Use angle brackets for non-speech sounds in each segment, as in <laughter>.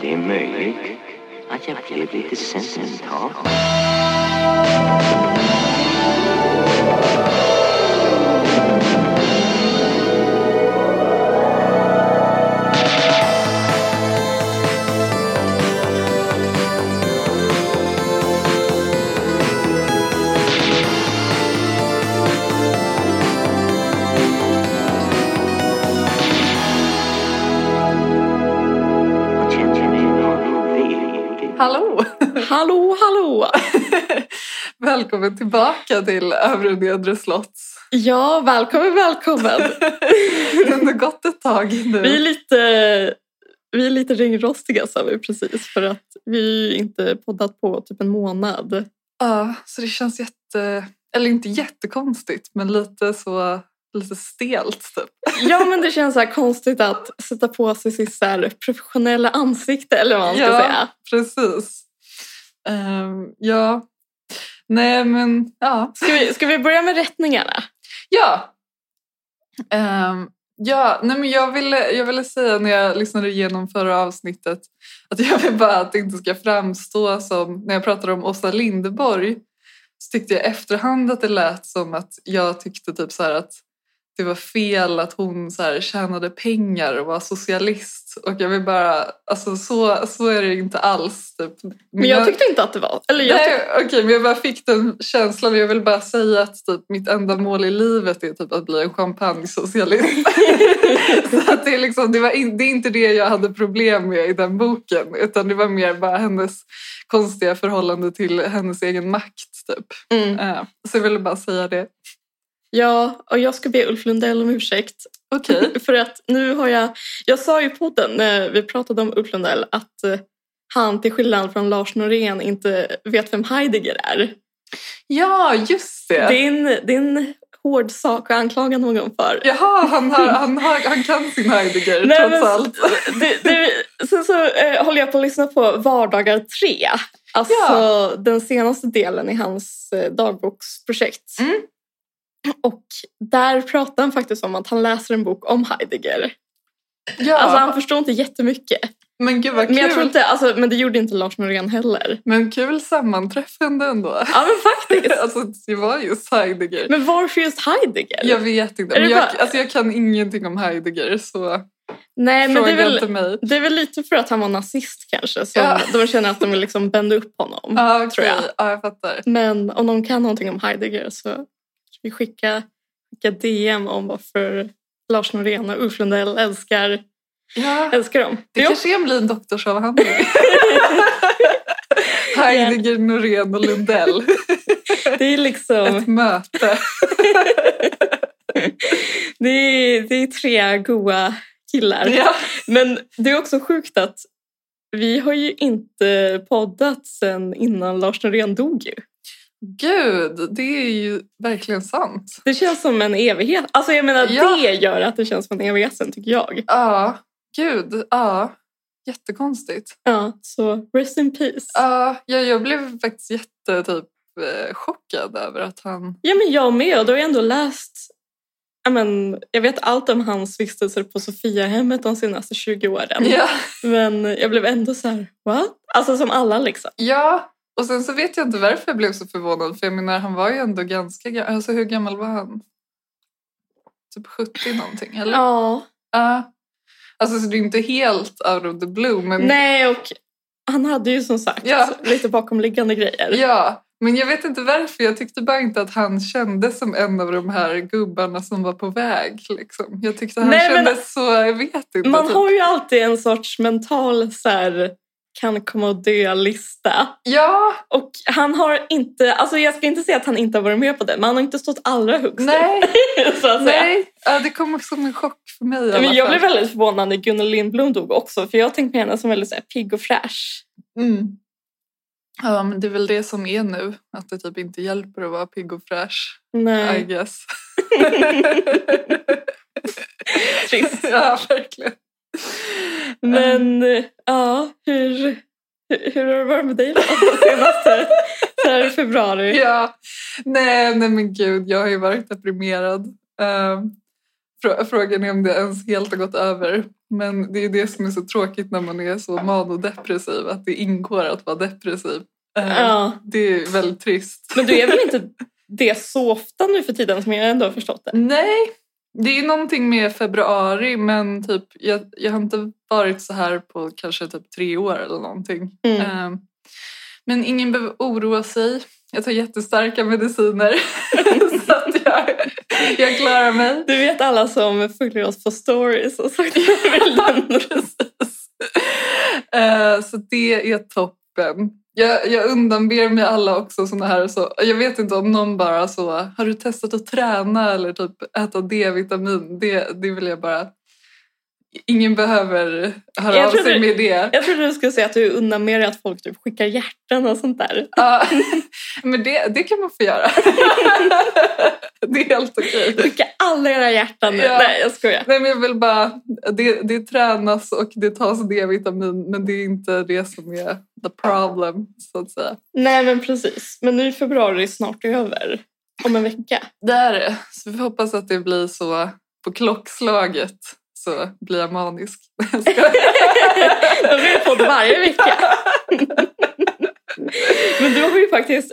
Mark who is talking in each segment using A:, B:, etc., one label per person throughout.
A: Det är möjligt att jag blev lite sentimental. Och känner mig någon velig.
B: Hallå!
C: Hallå, hallå!
B: Välkommen tillbaka till Övre och Nedre Slotts.
C: Ja, välkommen, välkommen.
B: Det har ändå gått ett tag nu.
C: Vi är lite, vi är lite ringrostiga sa vi precis för att vi inte poddat på typ en månad.
B: Ja, så det känns jätte... Eller inte jättekonstigt, men lite så... Lite stelt typ.
C: Ja, men det känns så här konstigt att sätta på sig sitt så här professionella ansikte eller vad man ska
B: Ja.
C: säga.
B: Precis. Ehm, ja. Nej, men ja.
C: Ska vi, ska vi börja med rättningarna?
B: Ja! Ehm, ja, nej men jag ville, jag ville säga när jag lyssnade igenom förra avsnittet att jag vill bara att det inte ska framstå som, när jag pratade om Åsa Linderborg så tyckte jag i efterhand att det lät som att jag tyckte typ så här att det var fel att hon så här tjänade pengar och var socialist. Och jag vill bara, alltså så, så är det inte alls. Typ.
C: Men jag tyckte inte att det var... Eller jag tyck-
B: Nej, okej, men jag bara fick den känslan och jag vill bara säga att typ, mitt enda mål i livet är typ att bli en champagnesocialist. <laughs> så att det, är liksom, det, var in, det är inte det jag hade problem med i den boken utan det var mer bara hennes konstiga förhållande till hennes egen makt. Typ.
C: <laughs> mm.
B: Eh, så jag ville bara säga det.
C: Ja, och jag ska be Ulf Lundell om ursäkt
B: Okej.
C: <laughs> För att nu har jag... Jag sa ju på den när vi pratade om Ulf Lundell att eh, han till skillnad från Lars Norén inte vet vem Heidegger är.
B: Ja, just det!
C: Det, är en, det är en hård sak att anklaga någon för.
B: Jaha, han, har, han, har, han kan sin Heidegger
C: Nej,
B: trots
C: men-
B: allt.
C: Det, det, sen så eh, håller jag på att lyssna på Vardagar 3. Alltså
B: Ja.
C: den senaste delen i hans eh, dagboksprojekt.
B: Mm.
C: Och där pratar han faktiskt om att han läser en bok om Heidegger.
B: Ja,
C: Alltså han förstår inte jättemycket.
B: men gud vad kul.
C: Men jag tror inte, alltså, men det gjorde inte Lars Norén heller.
B: Men kul sammanträffande ändå.
C: Ja men
B: <laughs>
C: faktiskt.
B: Alltså, det var just Heidegger.
C: Men varför just Heidegger?
B: Jag vet inte.
C: Är
B: Men
C: det
B: jag,
C: bara-
B: alltså, jag kan ingenting om Heidegger, så
C: Nej men det
B: fråga
C: är, väl, Mm,
B: inte mig.
C: det är väl lite för att han var nazist kanske. Som
B: Ja.
C: De känner att de vill liksom bända upp honom.
B: Ja, okej.
C: tror jag.
B: Ja, jag fattar.
C: Men om någon kan någonting om Heidegger så ska vi skicka, skicka DM om varför Lars Norén och Ulf Lundell älskar,
B: Ja.
C: älskar dem.
B: Det
C: Jo.
B: kanske kan bli en doktorsavhandling.
C: <laughs>
B: <laughs> Heidegger, Norén och Lundell.
C: det är liksom
B: <laughs> Ett möte.
C: det är, det är tre goa killar.
B: Ja.
C: Men det är också sjukt att vi har ju inte poddat sen innan Lars Norén dog ju.
B: Gud, det är ju verkligen sant.
C: Det känns som en evighet. Alltså jag menar
B: Ja.
C: det gör att det känns som en evighet sen tycker jag.
B: Ja, gud. Ja. Jättekonstigt.
C: Ja, så rest in peace. Ja,
B: Ja, jag, jag blev faktiskt jätte, typ, eh, chockad över att han...
C: men jag med och då har jag ändå läst jag, men, jag vet allt om hans vistelser på Sofiahemmet de senaste 20 åren.
B: Ja.
C: Men jag blev ändå så här, what? Alltså som alla liksom.
B: Ja, och sen så vet jag inte varför jag blev så förvånad. För jag menar, han var ju ändå ganska gammal. Alltså hur gammal var han? Typ 70 någonting, eller?
C: Ja.
B: Ja. Alltså så det är inte helt out of the blue. Men,
C: Nej och han hade ju som sagt
B: Ja.
C: lite bakomliggande grejer.
B: Ja, men jag vet inte varför. Jag tyckte bara inte att han kändes som en av de här gubbarna som var på väg. Liksom. Jag tyckte han
C: Nej, men-
B: kändes så, jag vet inte.
C: Man
B: typ.
C: har ju alltid en sorts mental så här, kan komma och dö-lista.
B: Ja,
C: Och han har inte, alltså jag ska inte säga att han inte har varit med på det, men han har inte stått allra högst
B: nej,
C: upp. <laughs> Så att säga.
B: nej. Ja, det kom som en chock för mig i alla
C: Men jag
B: fall.
C: blev väldigt förvånad när Gunnar Lindblom dog också, för jag tänkte på henne som väldigt så här, pigg och fräsch.
B: Mm. Ja, men det är väl det som är nu. Att det typ inte hjälper att vara pigg och fräsch. I
C: Nej, <laughs>
B: guess.
C: trist.
B: <laughs> ja, verkligen.
C: Men eh, ja, hur, hur, hur har det varit med dig då? Senaste så här, i februari?
B: Ja. Nej, nej men gud, jag har ju varit deprimerad. Ehm, Frå- Frågan är om det ens helt har gått över. Men det är ju det som är så tråkigt när man är så manodepressiv, att det ingår att vara depressiv. Eh,
C: Ja.
B: Det är väldigt trist.
C: Men du är väl inte det så ofta nu för tiden som jag ändå har förstått det?
B: Nej, det är ju någonting med februari men typ, jag, jag har inte varit så här på kanske typ tre år eller någonting.
C: Mm.
B: Ehm, men ingen behöver oroa sig. Jag tar jättestarka mediciner <laughs> så att jag, jag klarar mig.
C: Du vet alla som följer oss på stories och så
B: <laughs>
C: bilden.
B: Precis. Eh, så det är toppen. Jag, jag undanber mig alla också såna här. Så, jag vet inte om någon bara så, har du testat att träna eller typ äta D-vitamin? Det, det vill jag bara... Ingen behöver höra
C: Jag
B: av
C: trodde-
B: sig med det.
C: Jag trodde du skulle säga att du unnar mer att folk typ skickar hjärtan och sånt där.
B: Ja, men det, det kan man få
C: <laughs>
B: göra. det är helt okej.
C: Skicka alla era hjärtan nu.
B: Ja.
C: Nej, jag skojar.
B: Nej, men jag vill bara, det, det tränas och det tas D-vitamin men det är inte det som är the problem så att säga.
C: Nej, men precis. Men nu är februari snart över. Om en vecka.
B: Det är det. Så vi får hoppas att det blir så på klockslaget så blir jag manisk. Jag skojar.
C: Då blir det podd varje vecka. Men du har ju faktiskt...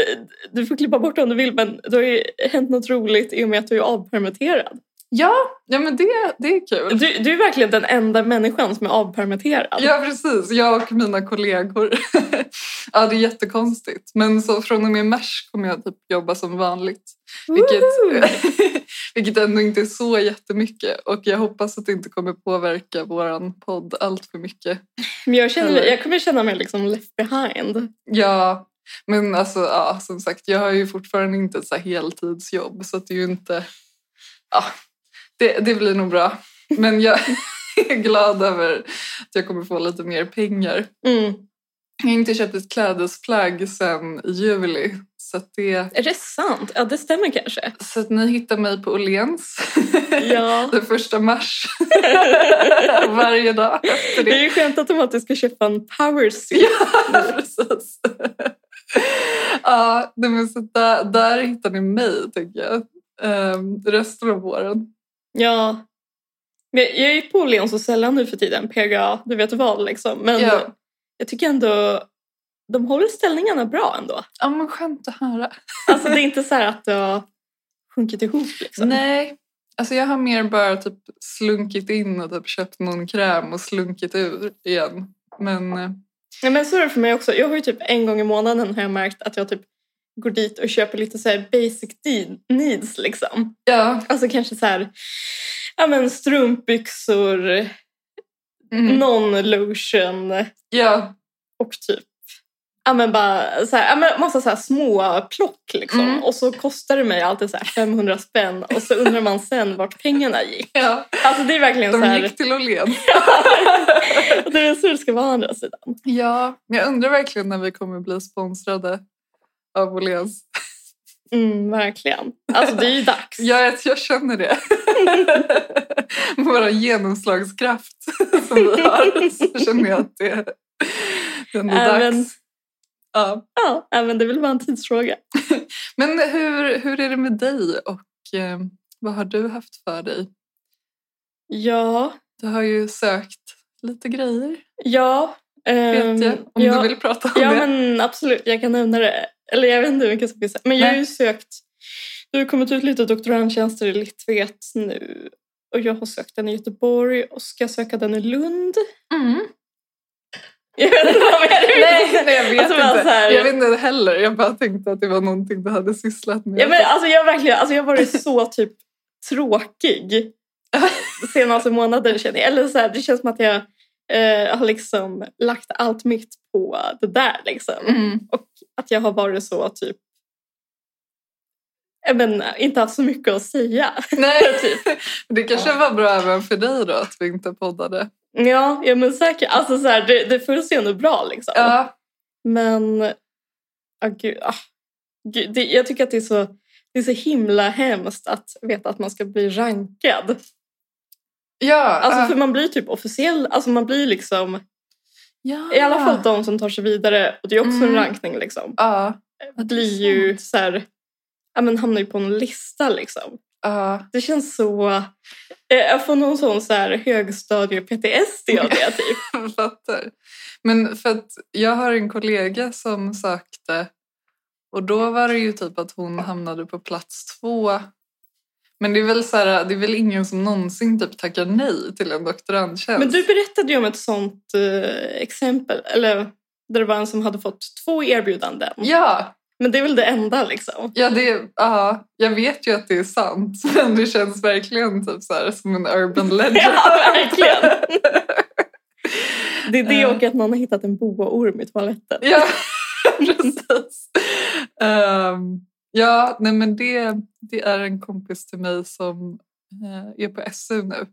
C: eh, Du får klippa bort om du vill, men det har ju hänt något roligt i och med att du är avpermitterad.
B: ja, ja, men det, det är kul.
C: Du, du är verkligen den enda människan som är avpermitterad.
B: Ja, precis. Jag och mina kollegor. <laughs> ja, det är jättekonstigt. Men så från och med mars kommer jag typ jobba som vanligt. Vilket, <laughs>
C: Woho!
B: vilket ändå inte är så jättemycket. Och jag hoppas att det inte kommer påverka vår podd allt för mycket.
C: Men jag, känner,
B: Eller?
C: jag kommer känna mig liksom left behind.
B: Ja, men alltså, ja, som sagt, jag har ju fortfarande inte ett så här heltidsjobb så att det är ju inte... Ja, det, det blir nog bra. Men jag <laughs> är glad över att jag kommer få lite mer pengar.
C: Mm.
B: Jag har inte köpt ett klädesplagg sedan i juli. Så att, det,
C: Är det sant? Ja, det stämmer kanske.
B: så att ni hittar mig på Åhléns
C: <laughs> Ja.
B: <laughs> den första mars <laughs> varje dag efter
C: Det
B: det.
C: är ju skönt att de alltid ska köpa en power
B: typ.
C: suit.
B: Ja, <laughs> precis. ja, nej, men så där, där hittar ni mig, tänker jag. Ehm, resten av våren.
C: Ja. Men jag jag är på Åhléns så sällan nu för tiden, PGA, du vet vad liksom. Men
B: Ja.
C: jag tycker ändå de håller ställningarna bra ändå.
B: Ja, men skönt att höra.
C: Alltså det är inte så här att det har sjunkit ihop liksom.
B: Nej, alltså jag har mer bara typ slunkit in och typ köpt någon kräm och slunkit ur igen. Men eh,
C: Nej, men så är det för mig också. Jag har ju typ en gång i månaden har jag märkt att jag typ går dit och köper lite så här basic de- needs liksom.
B: ja,
C: Alltså kanske så här, ja men strumpbyxor,
B: mm,
C: någon lotion,
B: ja,
C: och typ Ja men bara så här, ja, men massa så här små plock liksom.
B: Mm.
C: Och så kostar det mig alltid så här 500 spänn och så undrar man sen vart pengarna gick.
B: ja.
C: Alltså det är verkligen så
B: De
C: här, <laughs>
B: gick till Åhléns.
C: det är så det ska vara å andra sidan.
B: <laughs> Ja, men jag undrar verkligen när vi kommer bli sponsrade av Åhléns.
C: Mm, verkligen. Alltså det är ju dags.
B: Ja, jag, jag känner det. <laughs> Med vår genomslagskraft <laughs> som vi har så känner jag att det, det är ändå
C: Även-
B: dags. Ja.
C: Ja, ja, men det är väl bara en tidsfråga.
B: Men hur, hur är det med dig och eh, vad har du haft för dig?
C: Ja,
B: Du har ju sökt lite grejer,
C: ja. ehm,
B: vet jag. Om
C: ja,
B: du vill prata om
C: Ja
B: det.
C: men absolut, jag kan nämna det. Eller jag vet inte hur mycket som finns. Men jag har
B: Nej.
C: ju sökt, det har kommit ut lite doktorandtjänster i Litvet nu. Och jag har sökt den i Göteborg och ska söka den i Lund.
B: Mm.
C: <laughs> Jag vet inte vad mer du
B: Nej, nej, jag vet
C: Alltså, bara
B: inte.
C: så här-
B: Jag vet inte heller. Jag bara tänkte att det var någonting du hade sysslat med.
C: Ja, men alltså jag har verkligen, alltså jag har
B: <laughs>
C: varit så typ tråkig senaste månaden känner jag. Eller så här, det känns som att jag eh, har liksom lagt allt mitt på det där liksom.
B: Mm.
C: Att jag har varit så typ, jag men, inte haft så mycket att säga. <laughs>
B: Nej, typ. <laughs> Det kanske var bra även för dig då att vi inte poddade.
C: Ja, ja men säkert. Alltså så här, det, det följs ju ändå bra liksom.
B: Ja,
C: Men, ja gud. Ah, gud det, jag tycker att det är, så, det är så himla hemskt att veta att man ska bli rankad.
B: ja,
C: Alltså
B: ja.
C: för man blir typ officiell, alltså man blir liksom,
B: ja.
C: i alla fall de som tar sig vidare, och det är också en
B: Ah. Mm.
C: rankning liksom,
B: Ja,
C: blir ju så här, ja men hamnar ju på en lista liksom.
B: Ja.
C: Det känns så... eh, Jag får någon sån så här högstadie-PTSD av det. Typ.
B: Jag fattar. Men för att jag har en kollega som sökte och då var det ju typ att hon hamnade på plats två. Men det är väl, så här, det är väl ingen som någonsin typ tackar nej till en doktorandtjänst.
C: Men du berättade ju om ett sånt eh, exempel. Eller där det var en som hade fått två erbjudanden.
B: Ja,
C: Men det är väl det enda
B: <laughs>
C: liksom.
B: ja, det, ja, jag vet ju att det är sant <laughs> men det känns verkligen typ så här, som en urban legend.
C: <laughs> Ja, verkligen. Det är det
B: Eh.
C: och att någon har hittat en boaorm i toaletten.
B: <laughs> Ja, precis. Ehm, ja, nej men det, det är en kompis till mig som eh, är på SU nu.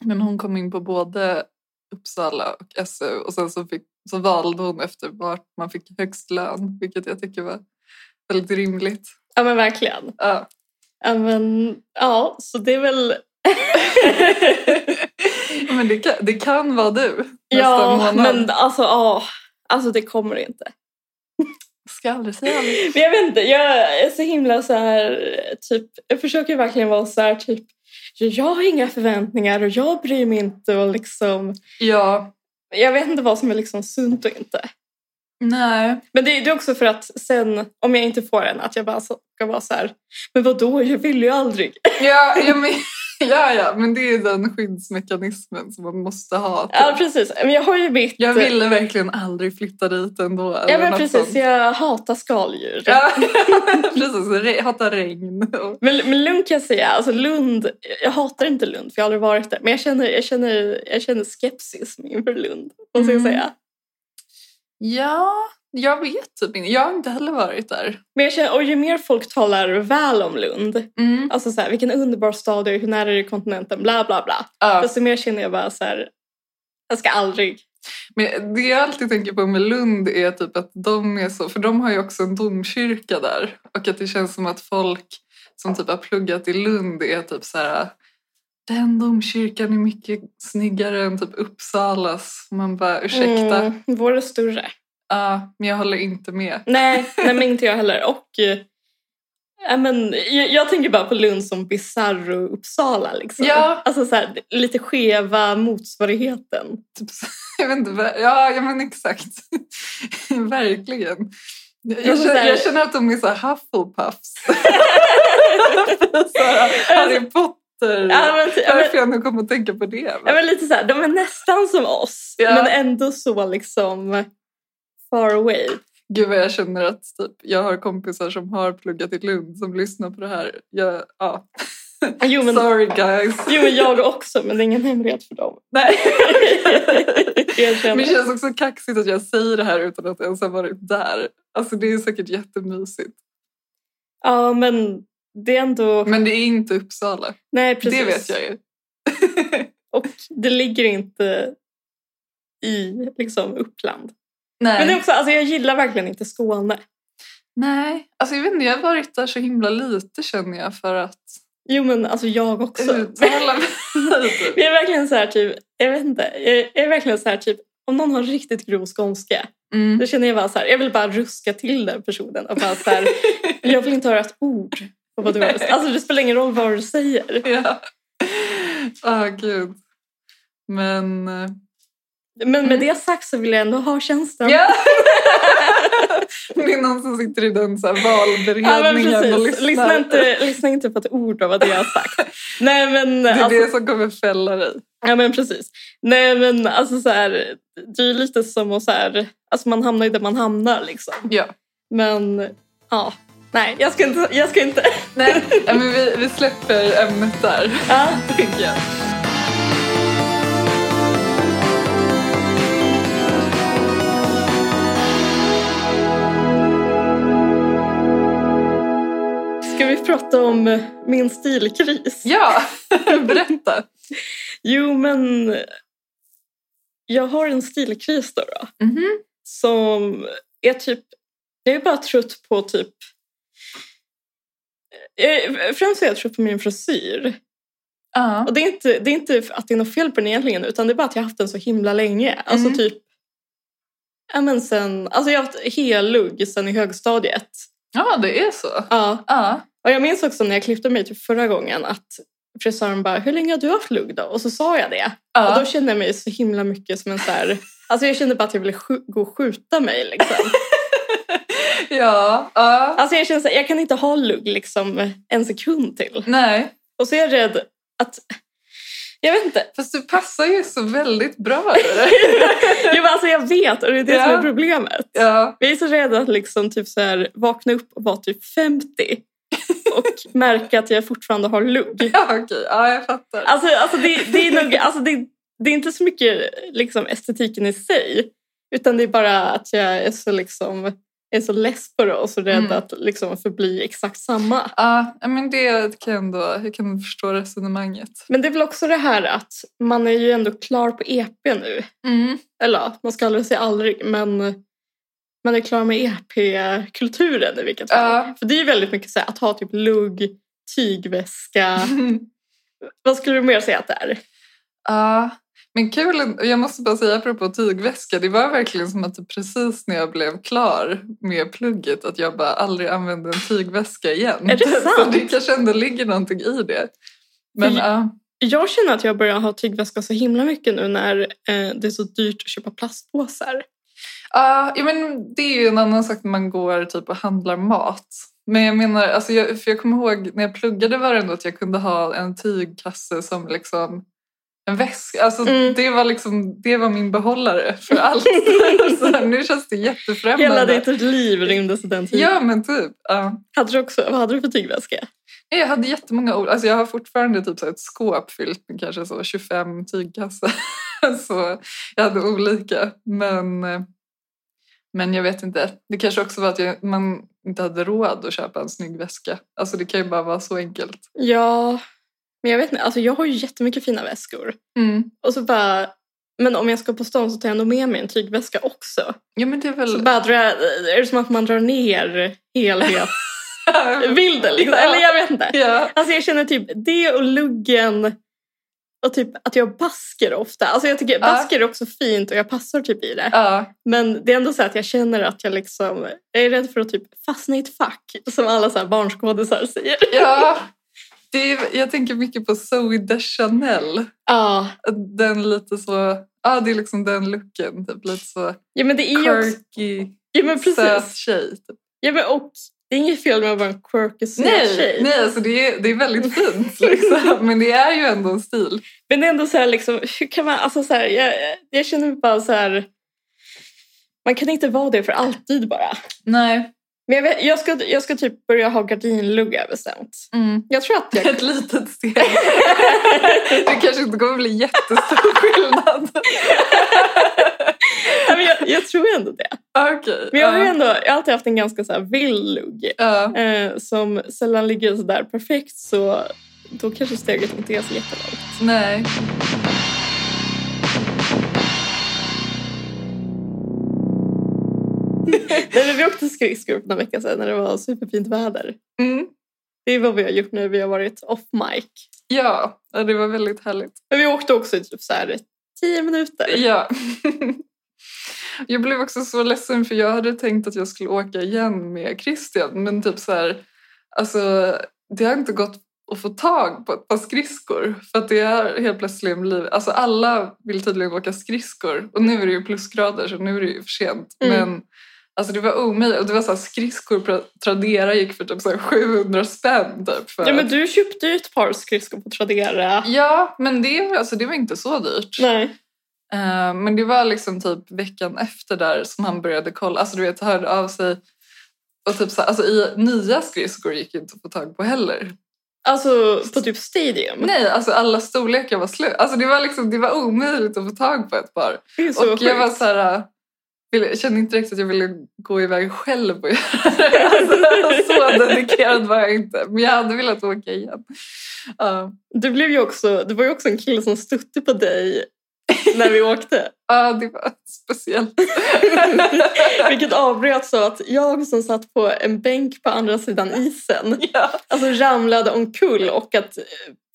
B: Men hon kom in på både Uppsala och SU och sen så, fick, så valde hon efter vart man fick högst lön, vilket jag tycker var väldigt rimligt.
C: Ja men verkligen.
B: Ja.
C: Ja, men, ja så det
B: <laughs>
C: är väl...
B: Ja, men det kan, det kan vara du nästa
C: ja
B: månad.
C: men alltså ja. Alltså det kommer inte.
B: Ska aldrig säga aldrig.
C: Men jag vet inte, jag är så himla så här, typ, jag försöker verkligen vara så här typ, jag har inga förväntningar och jag bryr mig inte och liksom,
B: Ja,
C: jag vet inte vad som är liksom sunt och inte.
B: nej.
C: Men det, det är också för att sen, om jag inte får en, att jag bara så- ska vara så här, men vadå, jag vill ju aldrig.
B: Ja, ja, men, <laughs> ja, ja, men det är den skyddsmekanismen som man måste ha. typ.
C: <laughs> Ja precis, men jag har ju mitt...
B: Jag ville verkligen aldrig flytta dit ändå.
C: Ja
B: eller
C: men
B: något
C: precis,
B: sånt.
C: jag hatar skaldjur.
B: Ja, <laughs> precis. Re- Hatar regn. Och-
C: Men, men Lund kan jag säga, alltså Lund, jag hatar inte Lund för jag har aldrig varit där. Men jag känner, jag känner, jag känner skepsis inför Lund, vad ska jag
B: Mm.
C: säga.
B: Ja, jag vet typ inte. Jag har inte heller varit där.
C: Men jag känner, och ju mer folk talar väl om Lund,
B: Mm.
C: alltså så här, vilken underbar stad det är, hur nära det är kontinenten, bla bla bla.
B: Ja.
C: Desto mer känner jag bara så här, jag ska aldrig.
B: Men det jag alltid tänker på med Lund är typ att de är så, för de har ju också en domkyrka där och att det känns som att folk som typ har pluggat i Lund är typ så här den domkyrkan är mycket snyggare än typ Uppsalas. Man bara ursäkta,
C: Mm, vår är större.
B: ja, men jag håller inte med. <laughs>
C: Nej, nej men inte jag heller. Och eh, ja, men, jag, jag tänker bara på Lund som Bizarro Uppsala liksom.
B: Ja.
C: Alltså så här, lite skeva motsvarigheten.
B: Typ, så- jag vet inte, vad- ja, ja men exakt. <laughs> Verkligen. Jag,
C: Alltså, så
B: känner,
C: här-
B: jag känner att de är så här
C: <laughs>
B: Hufflepuffs. <laughs> så här, Harry Potter.
C: Ja, men, ty- ja, men,
B: Varför jag nu kom att tänka på det.
C: ja, men lite så här, de är nästan som oss,
B: Ja.
C: men ändå så liksom far away.
B: Gud vad jag känner att typ, jag har kompisar som har pluggat i Lund som lyssnar på det här. Jag, ja.
C: Jo, men,
B: Sorry guys.
C: jo, men jag också, men det är ingen hemlighet
B: <laughs>
C: för dem.
B: Nej.
C: Erkänn.
B: Men det känns också kaxigt att jag säger det här utan att ens ha varit där. Alltså det är säkert jättemysigt.
C: Ja, men det är ändå...
B: Men det är inte Uppsala.
C: nej, precis.
B: Det vet jag ju.
C: Och det ligger inte i liksom, Uppland.
B: Nej.
C: Men det är också, alltså, jag gillar verkligen inte Skåne.
B: Nej, alltså jag vet inte, jag har varit där så himla lite känner jag för att
C: Jo, men alltså jag också.
B: uttala mig.
C: <laughs> Jag är verkligen så här typ, jag vet inte, jag är verkligen så här typ, om någon har riktigt grov skånska,
B: Mm.
C: då känner jag bara så här, jag vill bara ruska till den personen och bara
B: <laughs>
C: så här, jag vill inte höra ett ord på vad du har
B: Nej.
C: Alltså det spelar ingen roll vad du säger.
B: Ja. Ah, gud. Men... eh,
C: Men med
B: Mm.
C: det sagt så vill jag ändå ha tjänsten.
B: Ja! <laughs> Det är någon som sitter i den så här
C: Ja, men
B: valberedningen och
C: precis.
B: lyssnar.
C: Lyssna inte, lyssna inte på ett ord av vad jag har <laughs> sagt. Nej men,
B: Det är
C: alltså,
B: det som kommer fälla dig.
C: ja, men precis. Nej men alltså så här, det är ju lite som att så här, alltså man hamnar ju där man hamnar liksom.
B: Ja.
C: Men ja, nej jag ska inte, jag ska inte.
B: Nej, men vi, vi släpper ämnet där,
C: Ja.
B: tycker jag.
C: Ska vi prata om min stilkris?
B: Ja, <laughs> berätta.
C: Jo, men jag har en stilkris då, då
B: Mhm.
C: som är typ... Jag är bara trött på typ... eh, Främst är jag trött på min frisyr.
B: Ja.
C: Och det är, inte, det är inte att det är något fel på den egentligen, utan det är bara att jag har haft den så himla länge. Alltså
B: Mm.
C: typ... Ja, men sen, alltså jag har haft helugg sen i högstadiet.
B: ja, det är så.
C: Ja,
B: Ja.
C: och Och jag minns också när jag klippte mig typ förra gången att frisören bara, hur länge har du haft lugg då? Och så sa jag det.
B: Ja.
C: Och då kände jag mig så himla mycket som en så här... Alltså jag kände bara att jag ville skj- gå och skjuta mig
B: <laughs>
C: liksom.
B: ja, ja.
C: Alltså jag kände så här, jag kan inte ha lugg liksom en sekund till.
B: Nej,
C: Och så är jag rädd att... Jag vet inte.
B: fast du passar ju så väldigt bra i
C: <laughs>
B: det.
C: Jag, bara, alltså jag vet och det är det som
B: Ja.
C: är problemet.
B: Ja,
C: Jag är så rädd att liksom typ så här, vakna upp och vara
B: <laughs>
C: typ 50 och märka att jag fortfarande har lugg.
B: ja okej. Ja, jag fattar.
C: Alltså, alltså, det, det, är nog, alltså det, det är inte så mycket liksom, estetiken i sig utan det är bara att jag är så, liksom, är så less på det och så rädd
B: Mm.
C: att liksom, förbli exakt samma.
B: Ja, men det kan jag ändå, jag kan förstå resonemanget.
C: Men det är väl också det här att man är ju ändå klar på EP nu.
B: Mm.
C: Eller ja, man ska aldrig säga aldrig men man är klar med EP-kulturen i vilket fall.
B: Ja.
C: För det är ju väldigt mycket så här, att ha typ lugg, tygväska.
B: <laughs>
C: Vad skulle du mer säga att det är?
B: Ja, men kul. Jag måste bara säga apropå tygväska, det var verkligen som att det precis när jag blev klar med plugget att jag bara aldrig använde en tygväska igen.
C: Är det
B: <laughs> Så
C: sant?
B: det kanske ändå ligger någonting i det. Men
C: För-
B: ja,
C: Jag känner att jag börjar ha tygväska så himla mycket nu när eh, det är så dyrt att köpa plastpåsar.
B: ja, ja, men det är ju en annan sak när man går typ och handlar mat. Men jag menar, alltså jag, för jag kommer ihåg när jag pluggade var det ändå att jag kunde ha en tygkasse som liksom en väska. Alltså
C: Mm.
B: det, var liksom, det var min behållare för allt.
C: <laughs>
B: så här, nu känns det jättefrämmande.
C: Hela ditt liv rymdes i den tiden.
B: Ja, men typ. Ja.
C: Hade du också, vad hade du för tygväska?
B: Nej, Jag hade jättemånga ord. Alltså jag har fortfarande typ så här ett skåp fyllt med kanske så 25 tygkassar. <laughs> så jag hade olika. Men, eh, men jag vet inte. Det kanske också var att jag, man inte hade råd att köpa en snygg väska. Alltså det kan ju bara vara så enkelt.
C: Ja, men jag vet inte. Alltså jag har ju jättemycket fina väskor.
B: Mm.
C: Och så bara, men om jag ska på stan så tar jag ändå med mig en tygväska också.
B: Ja, men det är
C: Så
B: väl...
C: bara drar jag, är det som att man drar ner <laughs> helhetsbilden?
B: <laughs>
C: Liksom.
B: Ja.
C: Eller jag vet inte.
B: ja.
C: Alltså jag känner typ det och luggen och typ att jag basker ofta. Alltså jag tycker basker är också fint och jag passar typ i det.
B: Ja.
C: Men det är ändå så att jag känner att jag liksom, jag är rädd för att typ fastna i ett fack som alla så här barnskådisar säger.
B: ja. Det är, jag tänker mycket på Zoe Deschanel.
C: Ja.
B: Den lite så... Ja, det är liksom den looken. Typ lite så...
C: Ja men det är ju också,
B: quirky,
C: ja men
B: söt
C: precis.
B: tjej. typ.
C: Ja men och det är inget fel med att vara en quirky söt
B: Nej,
C: tjej.
B: nej alltså det, är, det är väldigt fint. Liksom. Men det är ju ändå en stil.
C: Men det är ändå så här liksom, hur kan man, alltså så här, jag, jag känner mig bara så här, man kan inte vara det för alltid bara.
B: Nej.
C: Men jag, vet, jag, ska, jag ska typ börja ha gardinlugga bestämt.
B: Mm.
C: Jag tror att
B: <laughs>
C: jag...
B: Ett litet steg. Det kanske inte kommer bli jättestor skillnad.
C: Nej, men jag, jag tror ändå det.
B: Okej.
C: Men jag har ju
B: ja.
C: ändå jag har alltid haft en ganska så här vill lugg
B: Ja.
C: eh, som sällan ligger så där perfekt så då kanske steget inte är
B: <laughs>
C: så jättelångt.
B: Nej.
C: Nej, men vi åkte skridskor för några veckor sedan när det var superfint väder.
B: Mm.
C: Det är vad vi har gjort nu, vi har varit off mic.
B: Ja, ja, det var väldigt härligt.
C: Men vi åkte också i typ så här tio minuter.
B: Ja. Jag blev också så ledsen för jag hade tänkt att jag skulle åka igen med Christian men typ så här, alltså det har inte gått att få tag på ett par skridskor för att det är helt plötsligt en liv. Alltså alla vill tydligen åka skridskor och nu är det ju plusgrader så nu är det ju för sent.
C: Mm.
B: Men alltså det var omöjligt och det var så här skridskor på Tradera gick för typ så här 700 spänn typ. För
C: Ja men
B: att-
C: du köpte ju ett par skridskor på Tradera.
B: ja, men det, alltså, det var inte så dyrt.
C: Nej.
B: Eh, Men det var liksom typ veckan efter där som han började kolla. Alltså du vet, hörde av sig. Och typ så här, alltså i nya skridskor gick ju inte att få tag på heller.
C: Alltså på typ Stadium.
B: Nej, alltså alla storlekar var slut. Alltså det var liksom, det var omöjligt att få tag på ett par.
C: Det är så
B: Och
C: sjukt.
B: jag var så här, äh, ville, kände inte riktigt att jag ville gå iväg själv och <laughs> göra det. Alltså, så dedikerad var jag inte. Men jag hade velat åka igen. Ja.
C: Det, blev ju också, det var ju också en kille som stötte på dig när
B: <laughs>
C: vi åkte.
B: Ja, det var speciellt.
C: <laughs> Vilket avbröts av att jag som satt på en bänk på andra sidan isen
B: ja.
C: alltså ramlade omkull och att eh,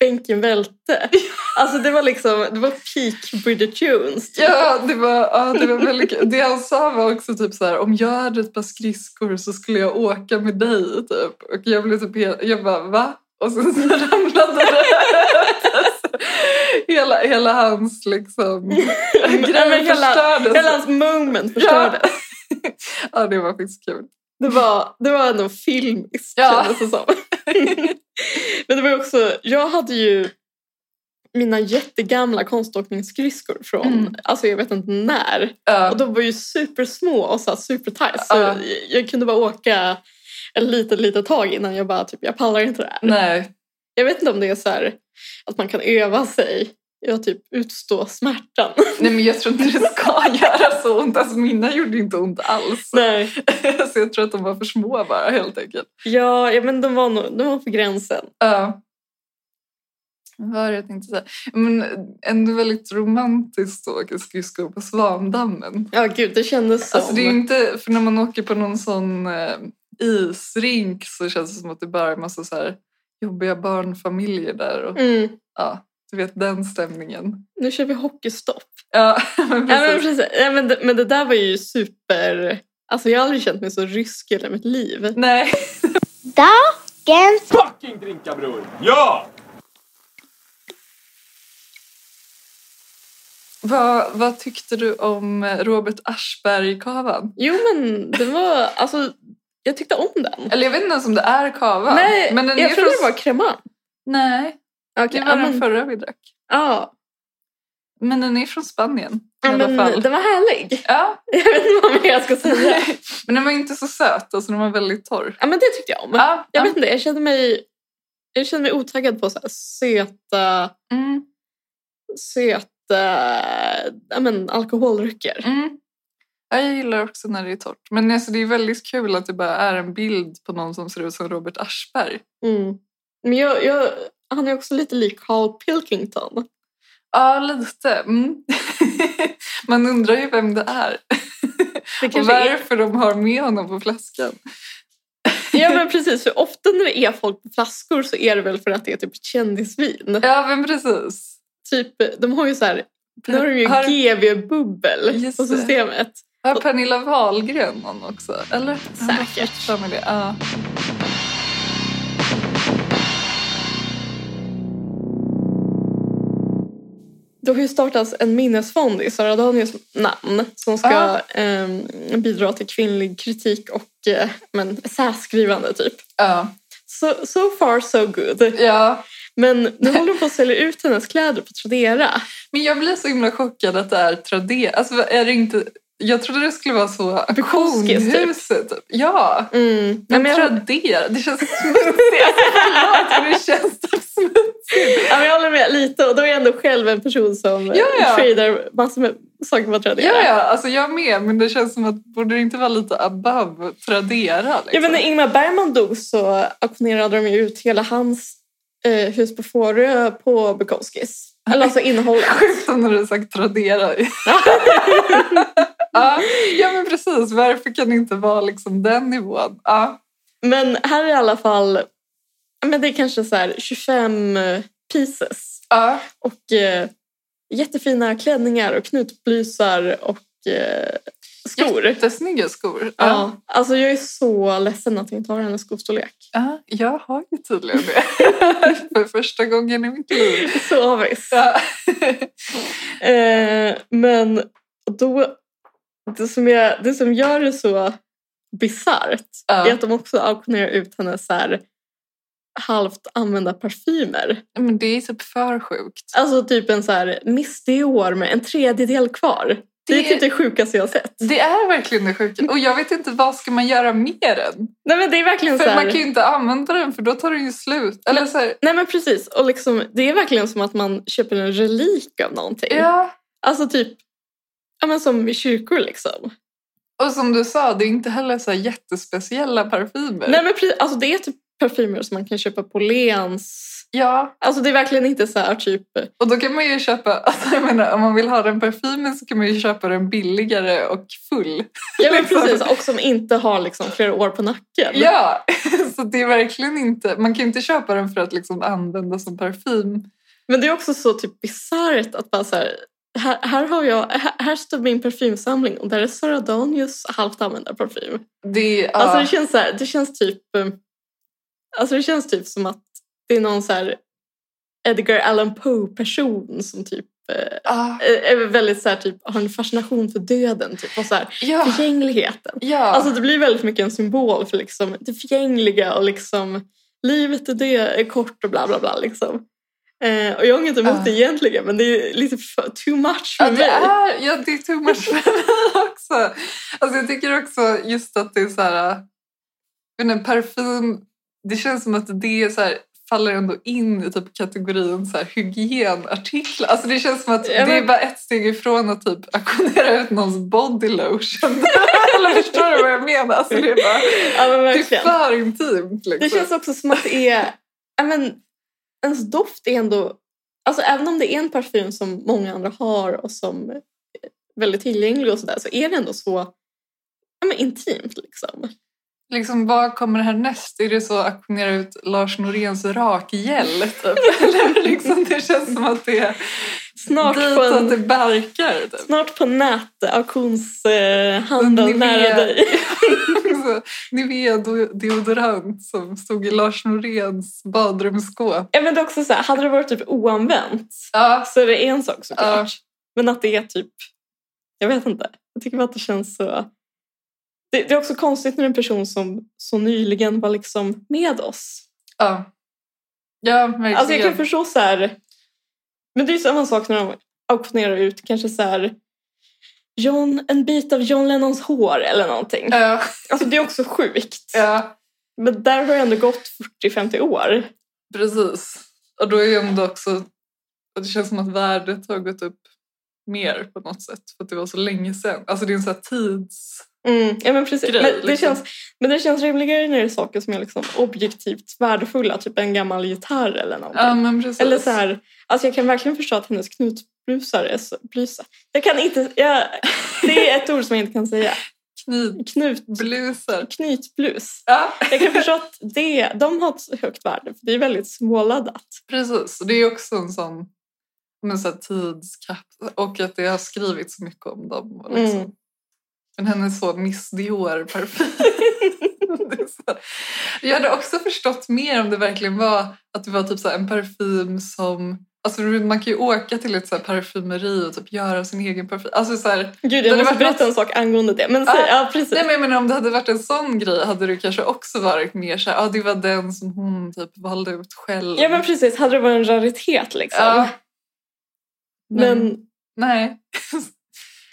C: bänken välte. Alltså det var liksom, det var peak Bridget Jones. typ.
B: Ja, det var, ja, det var väldigt kul. Det han sa var också typ så här, om jag hade ett par skridskor så skulle jag åka med dig. Typ. Och jag blev typ helt, jag bara va? Och sen så ramlade det. hela, hela hans
C: <laughs>
B: liksom
C: Nej, <laughs> men
B: grej
C: hela,
B: förstördes.
C: hela hans moment förstördes.
B: ja, <laughs> det var faktiskt kul.
C: Det var, det var ändå filmiskt
B: Ja.
C: kändes det som. <laughs> Men det var ju också, jag hade ju mina jättegamla konståkningsskridskor från,
B: Mm.
C: alltså jag vet inte när.
B: Ja,
C: Och de var ju supersmå och så här supertajt så
B: Ja.
C: jag, jag kunde bara åka ett litet, litet tag innan jag bara typ, jag pallar inte det här.
B: nej.
C: Jag vet inte om det är så här att man kan öva sig jag typ utstå smärtan. <laughs>
B: nej, men jag tror inte det ska <laughs> göra så ont. Alltså mina gjorde inte ont alls.
C: Nej.
B: <laughs> så jag tror att de var för små bara helt enkelt.
C: Ja, ja, men de var, nog, de var på gränsen.
B: Ja. Vad var det jag tänkte säga? Men ändå väldigt romantiskt att åka skridskor på Svandammen.
C: Ja, gud, det kändes som...
B: Alltså det är ju inte, för när man åker på någon sån eh, isrink så känns det som att det bara är massa så här jobbiga barnfamiljer där. Och,
C: mm.
B: ja, du vet den stämningen.
C: Nu kör vi hockeystopp.
B: Ja, <laughs> men
C: Ja, men,
B: precis.
C: precis. Ja, men, det, men det där var ju super... Alltså jag har aldrig känt mig så rysk i hela mitt liv.
B: Nej,
D: Dagens
E: fucking drinka bror! Ja!
B: vad, vad tyckte du om eh, Robert Aschberg-kavan?
C: Jo men det var... Alltså jag tyckte om den.
B: Eller jag vet inte ens om det är kavan.
C: Nej,
B: men den
C: jag
B: är
C: trodde
B: från-
C: det var kremant.
B: Nej,
C: Okej,
B: det
C: ja,
B: var den
C: men-
B: förra vi drack.
C: Ja,
B: Men den är från Spanien i
C: ja
B: alla
C: men
B: fall.
C: den var härlig. <laughs>
B: Ja,
C: Jag vet inte vad mer jag ska säga.
B: men den var inte så söt, alltså den var väldigt torr.
C: Ja men det tyckte jag om.
B: Ja,
C: Jag
B: ja.
C: vet inte, jag kände mig... Jag kände mig otaggad på så här söta,
B: Mm,
C: söta ja, men, alkoholdrycker.
B: mm. Ja, jag gillar också när det är torrt. Men alltså, det är väldigt kul att det bara är en bild på någon som ser ut som Robert Aschberg.
C: Mm. Men jag, jag, han är också lite lik Carl Pilkington.
B: Ja, lite. Mm. <laughs> Man undrar ju vem det är.
C: Det
B: Och
C: kanske är...
B: varför de har med honom på flaskan.
C: Ja men precis, för ofta när det är folk på flaskor så är det väl för att det är typ ett kändisvin.
B: Ja, men precis.
C: Typ, de har ju så här, nu har de ju
B: Har-
C: GV-bubbel
B: Just
C: på
B: det.
C: systemet.
B: Har Pernilla Wahlgren någon också? Eller?
C: Säkert.
B: Ja, med det. Ja.
C: Det har ju startats en minnesfond i Sara Danius namn som ska
B: Ah.
C: ehm, bidra till kvinnlig kritik och eh, men, särskrivande typ.
B: Ja.
C: So, so far so good.
B: ja.
C: Men nu håller de på att sälja ut hennes kläder på Tradera.
B: Men jag blir så himla chockad att det är Tradera. Alltså, vad är det inte... Jag trodde det skulle vara så
C: Bukowskis, typ.
B: auktionshuset. Typ. Ja,
C: Mm.
B: men,
C: Men jag,
B: Tradera. Det känns smutsigt. <laughs> Alltså, förlåt, men det känns typ smutsigt.
C: Ja, men jag håller med lite och då är jag ändå själv en person som
B: Ja, ja.
C: ja. tradar massor med saker på Tradera.
B: Ja, ja, alltså jag med. Men det känns som att borde det inte vara lite above Tradera? Liksom?
C: Ja, men när Ingmar Bergman dog så auktionerade de ju ut hela hans eh, hus på Fårö på Bukowskis. Eller alltså innehållet.
B: Sjukt om du hade sagt <laughs> Tradera. ja, ja, men precis. Varför kan det inte vara liksom den nivån? Ja,
C: Men här är i alla fall, ja, men det är kanske så här 25 pieces.
B: ja.
C: Och eh, jättefina klänningar och knutblysar och eh, skor.
B: Jättesnygga skor.
C: Ja, alltså jag är så ledsen att jag inte har hennes skostorlek.
B: Ja, jag har ju tydligen det. <laughs> För första gången i mitt liv.
C: Så avis.
B: Ja. <laughs>
C: Eh, men då, det som, jag, det som gör det så bisarrt
B: Ja.
C: är att de också auktionerar ut hennes så här, halvt använda parfymer.
B: Men det är typ för sjukt.
C: Alltså typ en så här Miss Dior med en tredjedel kvar. Det är
B: Det-
C: typ det sjukaste jag har sett.
B: Det är verkligen det sjuka. Och jag vet inte, vad ska man göra med den?
C: Nej men det är verkligen så
B: För man
C: här...
B: kan ju inte använda den för då tar den ju slut. Eller så här,
C: Nej men precis, och liksom, det är verkligen som att man köper en relik av någonting.
B: ja.
C: Alltså typ, ja men som i kyrkor liksom.
B: Och som du sa, det är inte heller så här jättespeciella parfymer.
C: Nej men precis, alltså det är typ parfymer som man kan köpa på Lens
B: Ja,
C: Alltså det är verkligen inte så här typ...
B: och då kan man ju köpa, <laughs> alltså jag menar om man vill ha den parfymen så kan man ju köpa den billigare och full.
C: Ja <laughs> men
B: Liksom.
C: precis, och som inte har liksom flera år på nacken.
B: Ja, <laughs> så det är verkligen inte, man kan ju inte köpa den för att liksom använda som parfym.
C: Men det är också så typ bisarrt att bara så här, här, här, har jag, här, här står min parfymsamling och där är Sara Danius halvt använda parfym.
B: Det är, ja.
C: Alltså det känns så här, det känns typ eh, alltså det känns typ som att det är någon så här Edgar Allan Poe person som typ eh,
B: Ah,
C: är väldigt så här, typ har en fascination för döden typ och så här
B: ja,
C: förgängligheten.
B: ja.
C: Alltså det blir väldigt mycket en symbol för liksom det förgängliga och liksom livet är det är kort och bla bla bla liksom. Eh, och jag har inget emot
B: Ah.
C: det egentligen men det är lite för, too much för
B: Ja, det
C: mig.
B: är, ja, det är too much för mig <laughs> också. Alltså, jag tycker också just att det är så här... Jag vet inte, parfym, det känns som att det är så här, faller ändå in i typ kategorin så här, hygienartiklar. Alltså, det känns som att
C: Ja, men-
B: det är bara ett steg ifrån att typ auktionera ut någons body lotion. <laughs> Eller förstår du vad jag menar? Alltså, det, är bara,
C: Ja, men
B: det är
C: verkligen.
B: för intimt. Liksom.
C: Det känns också som att det är... ja, men, ens doft är ändå... Alltså även om det är en parfym som många andra har och som är väldigt tillgänglig och sådär så är det ändå så ja, men, intimt liksom.
B: Liksom, vad kommer härnäst? Är det så att auktionera ut Lars Noréns
C: <laughs>
B: rakgel? Typ? Eller liksom, det känns som att det är
C: Snart
B: dit
C: på,
B: att det
C: en,
B: barkar.
C: <laughs>
B: Typ.
C: snart på
B: Nivea.
C: nätauktionshandeln eh, handeln nära dig. <laughs>
B: Så, Nivea do- deodorant som stod i Lars Noréns badrumsskåp.
C: Ja, men det är också så här, hade det varit typ oanvänt
B: Ja,
C: så är det en sak såklart.
B: Ja.
C: Men att det är typ... Jag vet inte. Jag tycker bara att det känns så... Det, det är också konstigt när en person som så nyligen var liksom med oss.
B: ja. ja verkligen.
C: Alltså jag kan förstå så här... Men det är ju samma sak när de auktionerar ut kanske så här... John, en bit av John Lennons hår eller någonting.
B: ja,
C: Alltså det är också sjukt.
B: ja,
C: Men där har det ändå gått 40-50 år.
B: precis. Och då är det ändå också... och Det känns som att värdet har gått upp mer på något sätt för att det var så länge sedan. Alltså det är en sån här tids...
C: Mm, ja, men, precis.
B: Grej,
C: men, det
B: liksom.
C: känns, men det känns rimligare när det är saker som är liksom objektivt värdefulla, typ en gammal gitarr eller någonting.
B: Ja, men precis.
C: eller så här, alltså jag kan verkligen förstå att hennes knutblusar är så... Blusa. Jag kan inte... Jag, det är ett ord som jag inte kan säga. Knut,
B: Knidblusar.
C: knytblus.
B: Ja,
C: Jag kan förstå att det, de har ett högt värde, för det är väldigt småladdat.
B: Precis, och det är också en sån, men så här tidskapp och att det har skrivits mycket om dem. Och liksom.
C: Mm.
B: Men henne är så Miss Dior-parfym.
C: <laughs>
B: Det är så här- Jag hade också förstått mer om det verkligen var att det var typ så här en parfym som... Alltså man kan ju åka till ett så här parfymeri och typ göra sin egen parfym. Alltså så här,
C: Gud,
B: Det
C: jag
B: hade
C: måste
B: varit
C: berätta
B: något-
C: en sak angående det. Men,
B: Ja.
C: säg, ja, precis.
B: <laughs> Nej, men jag menar, om det hade varit en sån grej hade det kanske också varit mer så här, ah, det var den som hon typ valde ut själv.
C: ja, men precis. Hade det varit en raritet liksom.
B: Ja.
C: men,
B: Men- Nej. <laughs>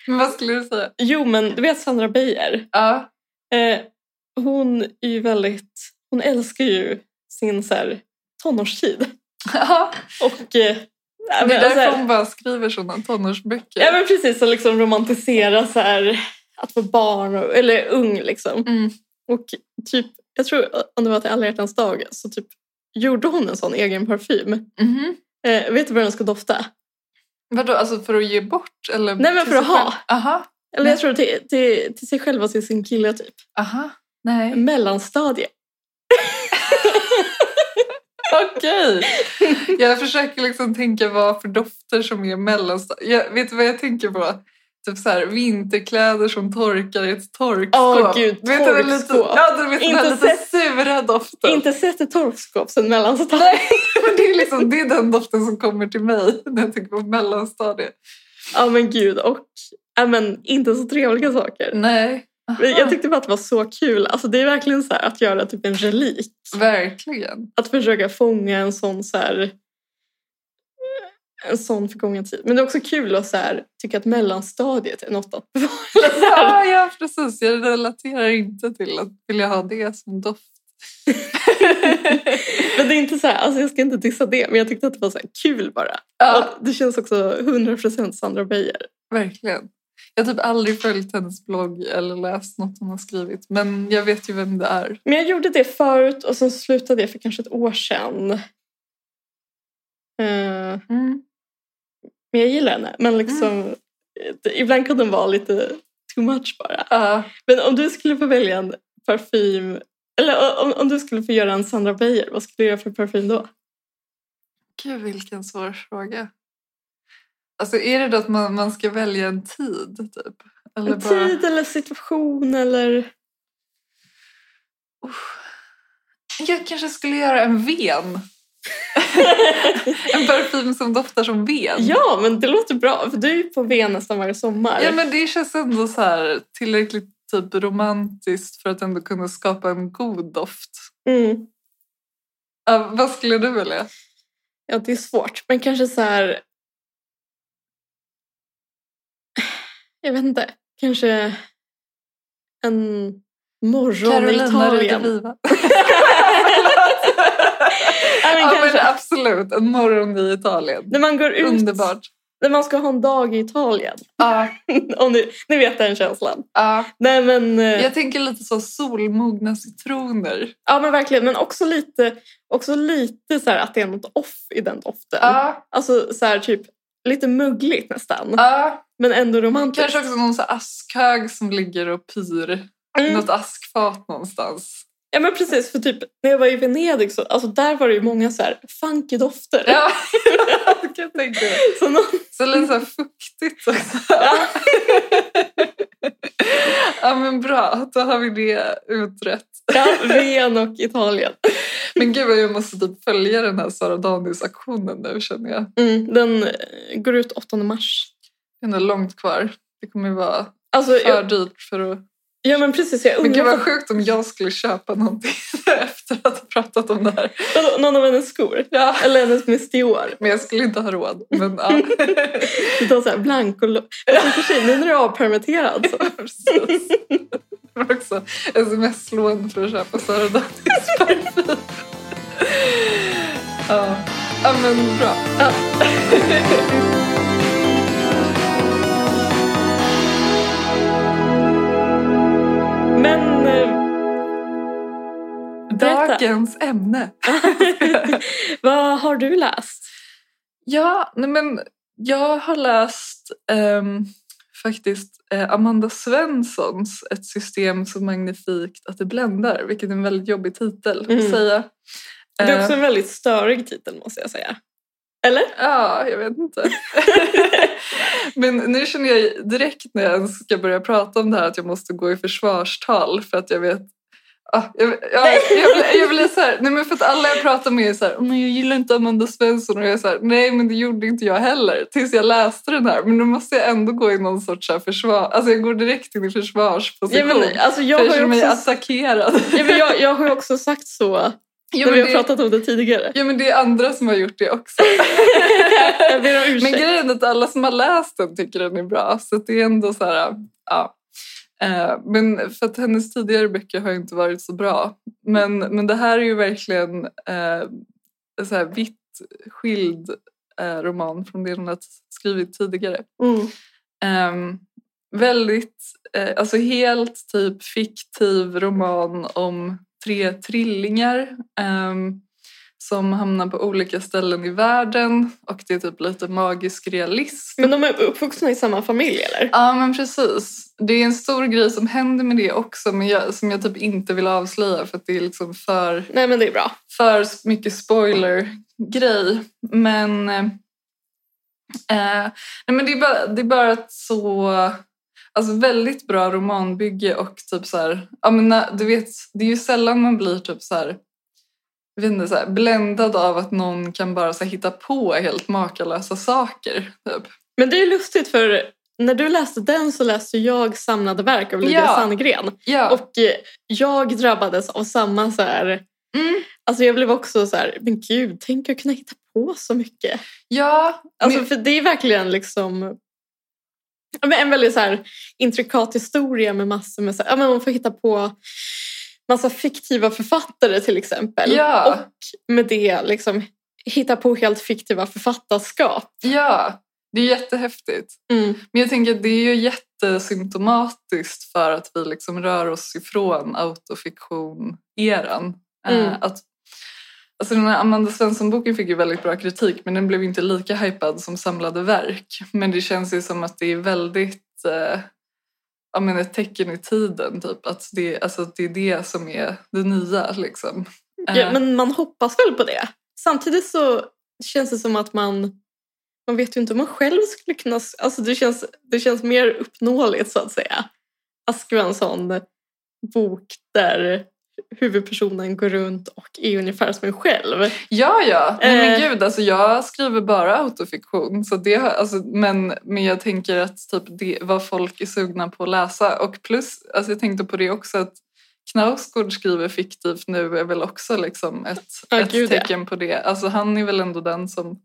B: Men vad skulle du säga?
C: jo, men du vet Sandra Beijer?
B: Ja, <laughs>
C: Eh, hon är ju väldigt... Hon älskar ju sin så här, tonårstid.
B: ja.
C: Och... Eh,
B: det
C: ja,
B: är
C: men, så
B: därför
C: här,
B: hon bara skriver sådana tonårsböcker.
C: ja, men precis. Och liksom romantisera så här, att vara barn, och, eller ung liksom.
B: Mm.
C: Och typ, jag tror om det var till alla hjärtans dag så typ gjorde hon en sån egen parfym.
B: Mhm.
C: Eh, vet du vad den ska dofta?
B: Vadå, alltså för att ge bort? Eller
C: Nej, men
B: till
C: för att
B: sig själv?
C: ha.
B: Aha,
C: Eller jag tror till, till, till sig själv och till sin kille typ.
B: aha, nej.
C: Mellanstadie.
B: Okej. <laughs> Jag försöker liksom tänka vad för dofter som är mellanstad. Jag, vet du vad jag tänker på? Typ så här, vinterkläder som torkar i ett torkskåp.
C: Åh, gud,
B: Vet du den lite,
C: torkskåp.
B: ja, du vet den här
C: Inte
B: lite
C: sett-
B: sura doften.
C: Inte sett ett torkskåp sen mellanstadiet.
B: <laughs> Nej, men det är, liksom, det är den doften som kommer till mig <laughs> när jag tänker på mellanstadiet.
C: Ja men gud och ja, men, inte så trevliga
B: Mm.
C: saker.
B: Nej.
C: Men Jag tyckte bara att det var så kul. Alltså, det är verkligen så här att göra typ en relik. <laughs>
B: Verkligen.
C: Att försöka fånga en sån så här, en sån förgången tid. Men det är också kul att så här, tycka att mellanstadiet är något att bevara. Eller så
B: Ja,
C: här.
B: ja, precis. Jag relaterar inte till att vilja ha det som doft.
C: <laughs> men det är inte så här, alltså jag ska inte dissa det, men jag tyckte att det var så här kul bara.
B: Ja,
C: Och det känns också 100% Sandra Beijer.
B: verkligen. Jag har typ aldrig följt hennes blogg eller läst något hon har skrivit. Men jag vet ju vem det är.
C: Men jag gjorde det förut och sen slutade jag för kanske ett år sedan. Eh,
B: Mm.
C: men jag gillar henne. Men liksom, eh, ibland kan den vara lite too much bara.
B: Ja.
C: Men om du skulle få välja en parfym, eller om, om du skulle få göra en Sandra Beijer, vad skulle du göra för parfym då?
B: Gud, vilken svår fråga. Alltså, är det då att man, man ska välja en tid, typ? Eller
C: En tid eller situation eller...
B: Uff. Jag kanske skulle göra en ven. <laughs> en parfym som doftar som ven.
C: Ja, men det låter bra. För du är ju på Ven nästan varje sommar.
B: Ja, men det känns ändå så här tillräckligt typ romantiskt för att ändå kunna skapa en god doft.
C: Mm.
B: Ja, vad skulle du välja?
C: ja, det är svårt. Men kanske så här... Jag vet inte. Kanske en morgon i Italien.
B: Rediviva.
C: Ja, men
B: ja,
C: kanske.
B: men absolut. En morgon i Italien.
C: När man går ut,
B: Underbart.
C: när man ska ha en dag i Italien.
B: Ja,
C: Om ni, ni vet den känslan.
B: ja.
C: Nej men, eh,
B: Jag tänker lite så solmogna citroner.
C: ja, men verkligen. Men också lite, också lite så här att det är något off i den doften.
B: Ja,
C: Alltså så här typ lite muggligt nästan.
B: ja.
C: Men ändå romantiskt.
B: Kanske också någon så här askhög som ligger och pyr. i
C: Mm.
B: Något askfat någonstans.
C: Ja men precis, för typ när jag var i Venedig så alltså, där var det ju många så här funky dofter.
B: Ja, jag kan tänka mig.
C: <laughs> Så någon,
B: Så lite så här fuktigt också.
C: Ja.
B: <laughs> ja men bra, då har vi det utrett.
C: ja, Ven och Italien.
B: Men gud vad jag måste typ följa den här Sara Danius-auktionen nu känner jag.
C: Mm, den eh, går ut 8 mars.
B: Det är nog långt kvar. Det kommer ju vara
C: Alltså,
B: för
C: jag,
B: dyrt för att...
C: ja men precis, jag
B: Men gud
C: undrar
B: vad sjukt om jag skulle köpa någonting <laughs> efter att ha pratat om det här.
C: Vadå, någon av hennes skor.
B: Ja.
C: Eller hennes mestior.
B: Men jag skulle inte ha råd. Men
C: <laughs>
B: ja.
C: Du tar så här blank och... lo- Alltså, i och för sig, nu när du är avpermitterad så.
B: Precis. Jag har också sms-lån för att köpa Sara Danius parfym. Ja. ja, men bra.
C: Ja. Men... eh, <laughs> Berätta.
B: Dagens ämne.
C: Vad har du läst?
B: Ja, nej men jag har läst ehm, faktiskt eh, Amanda Svenssons Ett system så magnifikt att det bländar, vilket är en väldigt jobbig titel
C: Mm.
B: att säga.
C: Det är
B: Eh,
C: också en väldigt störig titel måste jag säga. Eller?
B: <laughs> Ja, jag vet inte. Men nu känner jag direkt när jag ens ska börja prata om det här att jag måste gå i försvarstal för att jag vet Ah, jag, jag, jag, blir- jag blir så här, nej men för att alla jag pratar med är så här, men jag gillar inte Amanda Svensson och jag är så här, nej men det gjorde inte jag heller tills jag läste den här. Men nu måste jag ändå gå i någon sorts så här försvar, alltså jag går direkt in i
C: Ja,
B: försvarsposition.
C: men, alltså, jag,
B: jag
C: har ju
B: känner mig
C: också,
B: attackerad.
C: ja, men jag, jag har ju också sagt så
B: Ja,
C: när
B: men
C: vi har
B: det,
C: pratat om
B: <laughs>
C: det tidigare.
B: ja men det är andra som har gjort det också.
C: jag ber om
B: Men
C: ursäkt.
B: grejen är att alla som har läst den tycker den är bra. Så att det är ändå så här, ja. Eh, Men för att hennes tidigare böcker har ju inte varit så bra. Men, men det här är ju verkligen eh, en så här vitt skild eh, roman från det hon har t- skrivit tidigare.
C: mm.
B: Ehm, väldigt, eh, alltså helt typ fiktiv roman om tre trillingar ehm, som hamnar på olika ställen i världen och det är typ lite magisk realism.
C: men de är uppvuxna i samma familj eller?
B: Ja men precis. Det är en stor grej som händer med det också men jag, som jag typ inte vill avslöja för att det är liksom för
C: Nej men det är bra.
B: för mycket spoiler-grej. Men, eh, eh, nej, men det, är bara, det är bara ett så alltså väldigt bra romanbygge och typ så här, ja, men när, du vet, det är ju sällan man blir typ så här, jag vet inte, så här, bländad av att någon kan bara så här, hitta på helt makalösa saker. Typ.
C: Men det är ju lustigt för när du läste den så läste jag Samlade verk av Lydia
B: Ja.
C: Sandgren.
B: Ja.
C: Och eh, jag drabbades av samma så här...
B: Mm.
C: Alltså jag blev också så här, men gud, tänk jag kunna hitta på så mycket.
B: ja,
C: Alltså,
B: men-
C: för det är verkligen liksom ja, men en väldigt så här, intrikat historia med massor med... Så här, ja, men man får hitta på massa fiktiva författare till exempel.
B: Ja.
C: Och med det liksom hitta på helt fiktiva författarskap.
B: ja, det är jättehäftigt.
C: Mm.
B: Men jag tänker att det är ju jättesymptomatiskt för att vi liksom rör oss ifrån autofiktion-eran. Eh,
C: Mm.
B: Att, Alltså den här Amanda Svensson-boken fick ju väldigt bra kritik men den blev ju inte lika hypad som samlade verk. Men det känns ju som att det är väldigt eh, jag menar, ett tecken i tiden typ. Att det, alltså, att det är det som är det nya liksom.
C: Ja,
B: Eh,
C: men man hoppas väl på det. Samtidigt så känns det som att man... Man vet ju inte om man själv skulle kunna... s- Alltså det känns, det känns mer uppnåeligt så att säga. Att skriva en sån bok där huvudpersonen går runt och är ungefär som en själv.
B: Ja, ja. Nej, men
C: Eh.
B: gud, alltså jag skriver bara autofiktion. Så det, har- alltså, men, men jag tänker att typ, det vad folk är sugna på att läsa. Och plus, alltså, jag tänkte på det också att Knausgård skriver fiktivt nu är väl också liksom ett,
C: Ja,
B: ett
C: gud, ja.
B: tecken på det. Alltså, han är väl ändå den som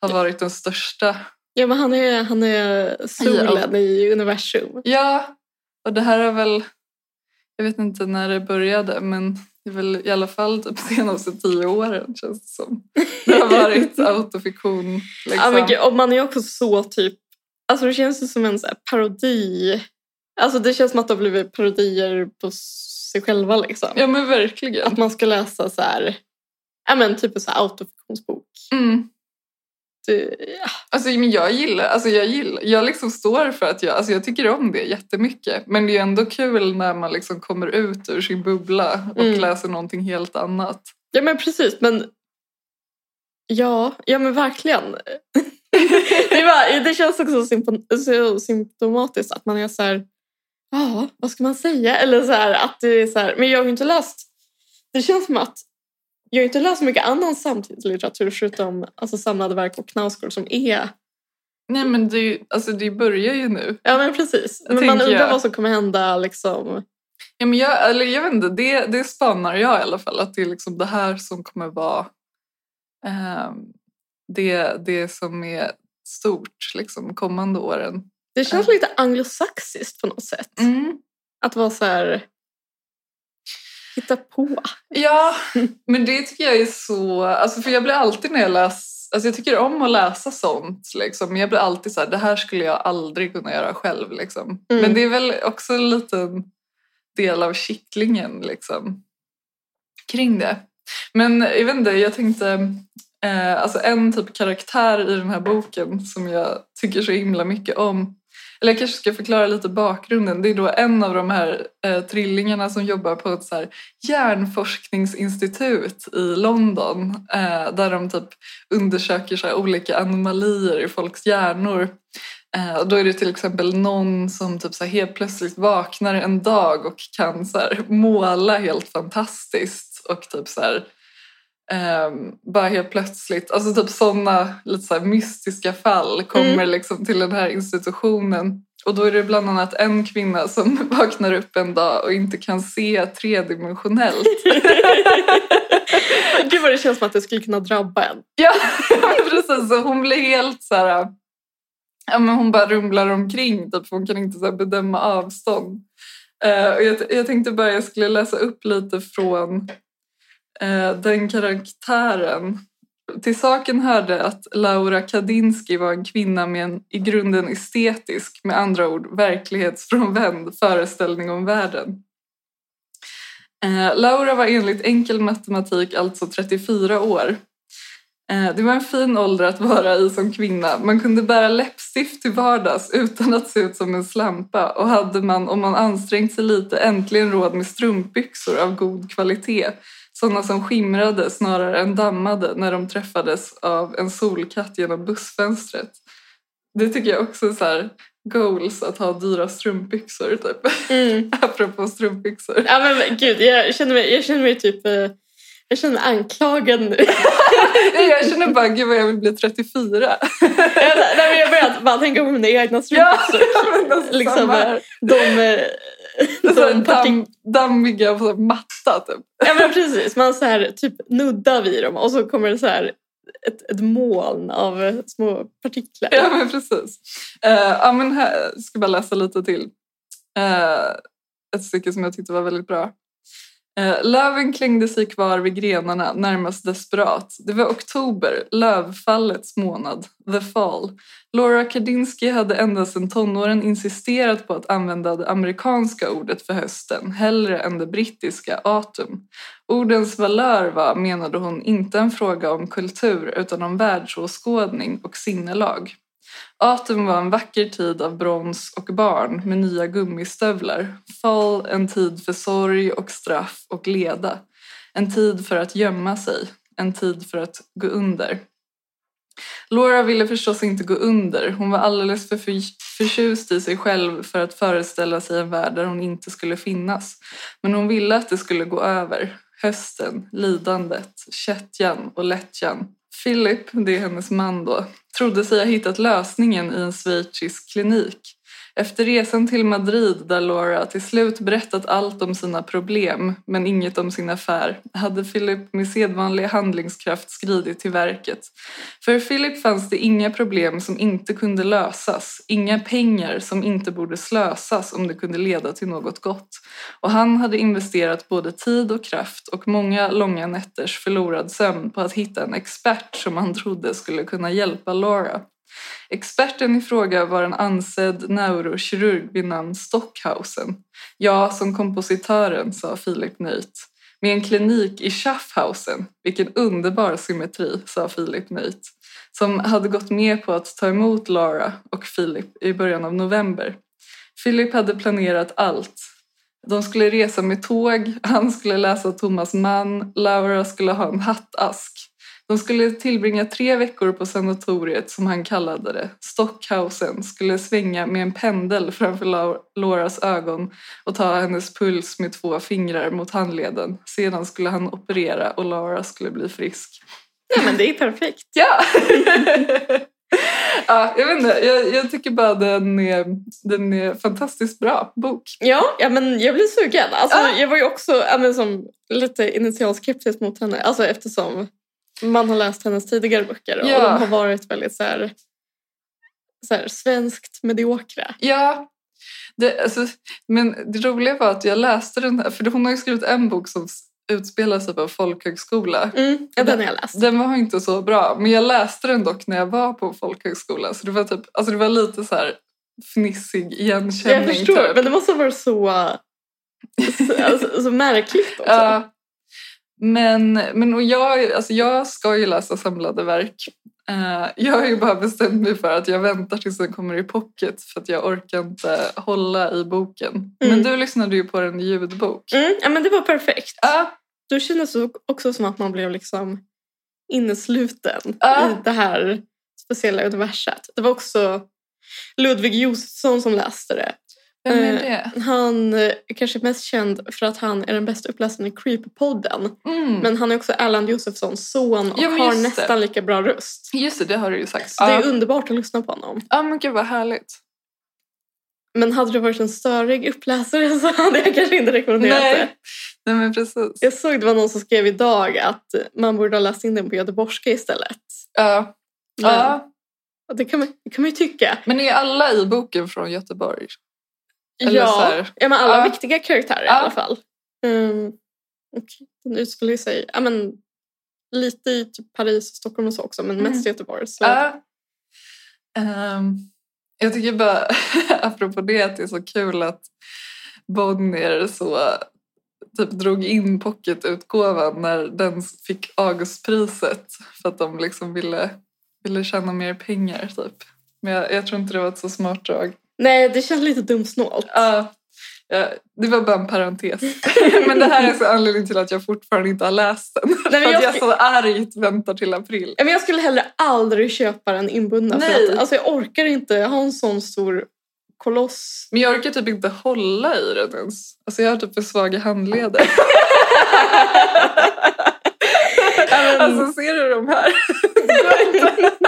B: har varit den största.
C: Ja, men han är, han är solen i universum.
B: Ja, och det här är väl... Jag vet inte när det började, men det är väl i alla fall typ senaste tio åren känns det som. Det har
C: <laughs>
B: varit autofiktion.
C: Ja,
B: Liksom.
C: men gud, och man är också så typ... Alltså det känns ju som en så här parodi. Alltså det känns som att det har blivit parodier på sig själva liksom.
B: Ja men verkligen.
C: Att man ska läsa så här, ja men typ en så här autofiktionsbok.
B: Mm.
C: Det, ja.
B: Alltså, men jag gillar, alltså jag gillar, jag liksom står för att jag, alltså jag tycker om det jättemycket. Men det är ändå kul när man liksom kommer ut ur sin bubbla och
C: Mm.
B: läser någonting helt annat.
C: ja men precis, men ja, ja men verkligen. <laughs> det, var, det känns också sympo- så symptomatiskt att man är så här, ja vad ska man säga? Eller så här att det är så här, men jag har ju inte läst, det känns som att jag har ju inte läst så mycket annan samtidslitteratur förutom alltså, samlade verk och Knausgård som är...
B: Nej men det, är ju- alltså det börjar ju nu.
C: Ja men precis. Men man
B: Tänker
C: undrar
B: jag.
C: vad som kommer hända liksom.
B: Ja, men jag, eller jag vet inte, det, det spanar jag i alla fall. Att det är liksom det här som kommer vara ehm, det, det som är stort liksom, kommande åren.
C: Det känns lite anglosaxiskt på något sätt.
B: Mm.
C: Att vara så här... Hitta <laughs> på.
B: Ja, men det tycker jag är så... Alltså för jag blir alltid när jag läser... Alltså jag tycker om att läsa sånt. Liksom. Men jag blir alltid så här, det här skulle jag aldrig kunna göra själv. Liksom.
C: Mm.
B: Men det är väl också en liten del av kittlingen liksom, kring det. Men jag vet inte, jag tänkte... Eh, alltså en typ karaktär i den här boken som jag tycker så himla mycket om. Eller jag kanske ska förklara lite bakgrunden. Det är då en av de här eh, trillingarna som jobbar på ett så här hjärnforskningsinstitut i London eh, där de typ undersöker så här olika anomalier i folks hjärnor. Eh, och då är det till exempel någon som typ så här helt plötsligt vaknar en dag och kan så här måla helt fantastiskt och typ så här, ehm, bara helt plötsligt, alltså typ sådana lite så här mystiska fall kommer
C: Mm.
B: liksom till den här institutionen. Och då är det bland annat en kvinna som <laughs> vaknar upp en dag och inte kan se tredimensionellt.
C: Gud vad det känns som att det skulle kunna drabba en.
B: Ja, <laughs> precis. Så hon blir helt så här... Ja, men hon bara rumlar omkring, typ, för hon kan inte så här, bedöma avstånd. Eh, och jag, jag tänkte bara jag skulle läsa upp lite från eh, den karaktären. Till saken hörde att Laura Kadinsky var en kvinna med en i grunden estetisk, med andra ord verklighetsfrånvänd föreställning om världen. Eh, Laura var enligt enkel matematik alltså 34 år. Eh, Det var en fin ålder att vara i som kvinna. Man kunde bära läppstift till vardags utan att se ut som en slampa och hade man, om man ansträngt sig lite, äntligen råd med strumpbyxor av god kvalitet. Sådana som skimrade snarare än dammade när de träffades av en solkatt genom bussfönstret. Det tycker jag också är så här goals, att ha dyra strumpbyxor typ. <laughs> Apropå strumpbyxor.
C: Mm. Ja, men, gud, jag känner mig, jag känner mig typ... eh, Jag känner mig anklagad nu. <laughs>
B: Jag känner bara, gud vad jag vill bli 34.
C: Jag- Nej, men jag börjar bara tänka på mina egna
B: Ja, <laughs> alltså,
C: strumpbyxor. <laughs> Liksom,
B: samma här.
C: De, eh,
B: <laughs> Det är så här
C: de parti-
B: damm, dammiga och så här matta typ.
C: ja, men precis. Man så här, typ nuddar vid dem och så kommer det så här ett, ett moln av eh, små partiklar.
B: Ja men precis. Eh, ja men här, jag ska bara läsa lite till. Eh, ett stycke som jag tyckte var väldigt bra. Eh, Löven klängde sig kvar vid grenarna närmast desperat. Det var oktober, lövfallets månad, the fall. Laura Kardinsky hade ända sedan tonåren insisterat på att använda det amerikanska ordet för hösten hellre än det brittiska autumn. Ordens valör var, menade hon, inte en fråga om kultur utan om världsåskådning och sinnelag. Autumn var en vacker tid av brons och barn med nya gummistövlar. Fall en tid för sorg och straff och leda. En tid för att gömma sig. En tid för att gå under. Laura ville förstås inte gå under. Hon var alldeles för för- förtjust i sig själv för att föreställa sig en värld där hon inte skulle finnas. Men hon ville att det skulle gå över. Hösten, lidandet, kättjan och lättjan. Philip, det är hennes man då, trodde sig ha hittat lösningen i en schweizisk klinik. Efter resan till Madrid där Laura till slut berättat allt om sina problem men inget om sin affär hade Philip med sedvanlig handlingskraft skridit till verket. För Philip fanns det inga problem som inte kunde lösas, inga pengar som inte borde slösas om det kunde leda till något gott. Och han hade investerat både tid och kraft och många långa nätters förlorad sömn på att hitta en expert som han trodde skulle kunna hjälpa Laura. Experten i fråga var en ansedd neurokirurg vid namn Stockhausen. Ja, som kompositören, sa Filip nöjt. Med en klinik i Schaffhausen, vilken underbar symmetri, sa Filip nöjt. Som hade gått med på att ta emot Lara och Filip i början av november. Filip hade planerat allt. De skulle resa med tåg, han skulle läsa Thomas Mann, Laura skulle ha en hattask. De skulle tillbringa tre veckor på sanatoriet som han kallade det. Stockhausen skulle svänga med en pendel framför Lau- Lauras ögon och ta hennes puls med två fingrar mot handleden. Sedan skulle han operera och Laura skulle bli frisk.
C: Nej, men det är perfekt.
B: Ja! <laughs> ja jag vet inte, jag, jag tycker bara den är, den är fantastiskt bra bok.
C: Ja, ja men jag blir sugen. Alltså,
B: Ja.
C: Jag var ju också ja, men, som, lite initialskeptisk mot henne alltså, eftersom man har läst hennes tidigare böcker och
B: Ja.
C: de har varit väldigt så här, så här, svenskt mediokra.
B: Ja, det, alltså, men det roliga var att jag läste den här, för hon har ju skrivit en bok som s- utspelar sig på en folkhögskola.
C: Mm, ja, den har jag läst.
B: Den var inte så bra, men jag läste den dock när jag var på folkhögskola. Så det var, typ, alltså det var lite så här fnissig igenkänning.
C: Jag förstår,
B: typ.
C: men det måste vara så, <laughs> så, alltså, så märkligt också.
B: Ja. Liksom. men, men och jag, alltså jag ska ju läsa samlade verk. Eh, jag har ju bara bestämt mig för att jag väntar tills den kommer i pocket för att jag orkar inte hålla i boken. Men
C: Mm.
B: du lyssnade ju på den i ljudbok.
C: Mm, ja, men det var perfekt.
B: Ja,
C: Då kändes det också som att man blev liksom innesluten
B: Ja.
C: i det här speciella universet. Det var också Ludvig Josefsson som läste det.
B: vem är
C: Eh,
B: det?
C: Han eh, är kanske mest känd för att han är den bästa uppläsaren i Creep-podden.
B: Mm.
C: Men han är också Erland Josefssons son och
B: Ja, men
C: har
B: just det.
C: nästan lika bra röst.
B: Just det, det har du ju sagt.
C: Så det är
B: Ja.
C: underbart att lyssna på honom.
B: Ja, men gud vad härligt.
C: Men hade det varit en störig uppläsare så hade jag kanske inte rekommenderat det.
B: Nej. Nej, men precis.
C: Jag såg det var någon som skrev idag att man borde ha läst in den på göteborgska istället.
B: Ja.
C: Men,
B: Ja.
C: och Det, kan man, det kan man ju tycka.
B: Men är alla i boken från Göteborg? Eller så
C: Ja,
B: här.
C: ja men alla
B: Ja.
C: viktiga karaktärer i
B: Ja.
C: alla fall. Um, och den utspelar sig ja, men, lite i typ Paris och Stockholm och så också, men
B: Mm.
C: mest i Göteborg. Så.
B: Ja. Ehm, jag tycker bara, <laughs> apropå det, att det är så kul att Bonnier så typ drog in pocketutgåvan när den fick Augustpriset för att de liksom ville, ville tjäna mer pengar typ. Men jag, jag tror inte det var ett så smart drag.
C: Nej, det känns lite dumsnålt.
B: Ja, ja, det var bara en parentes. <laughs> Men det här är så anledningen till att jag fortfarande inte har läst den.
C: Nej,
B: för
C: men
B: att
C: jag
B: jag
C: ska-
B: så argt väntar till april.
C: Ja, men jag skulle hellre aldrig köpa den inbundna.
B: Nej.
C: För att, alltså, jag orkar inte ha en sån stor
B: <laughs>
C: koloss.
B: Men jag orkar typ inte hålla i den ens. Alltså jag har typ för svaga
C: <laughs>
B: handleder.
C: Mm.
B: alltså ser du de här?
C: <laughs>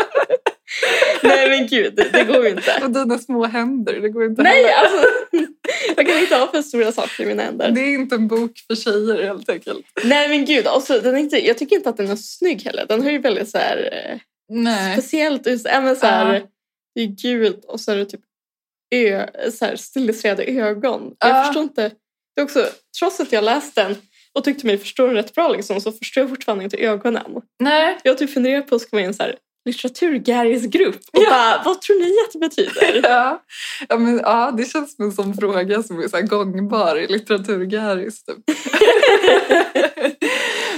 C: Nej men gud, det, det går ju
B: <laughs>
C: inte.
B: Och dina små händer, det går inte
C: Nej, alltså. <laughs> Jag kan inte ha för stora saker i mina händer.
B: Det är inte en bok för tjejer helt enkelt.
C: Nej men gud, alltså, den är inte, jag tycker inte att den är snygg heller. Den har ju väldigt så här, eh,
B: Nej.
C: speciellt ut. Äh, men så här,
B: Ja.
C: Det är gult och så är det typ ö, så här, stilliserade ögon. Jag
B: Ja.
C: förstår inte. Det är också, trots att jag läst den och tyckte mig förstå den rätt bra liksom, så förstår jag fortfarande inte ögonen.
B: Nej. <laughs>
C: Jag har typ funderat på att komma in i en så här litteraturgärisgrupp och
B: Ja.
C: bara, vad tror ni att det
B: <laughs>
C: betyder?
B: Ja. Ja, men, ja, det känns som en sån fråga som är så här gångbar i litteraturgäris.
C: <laughs>
B: Typ.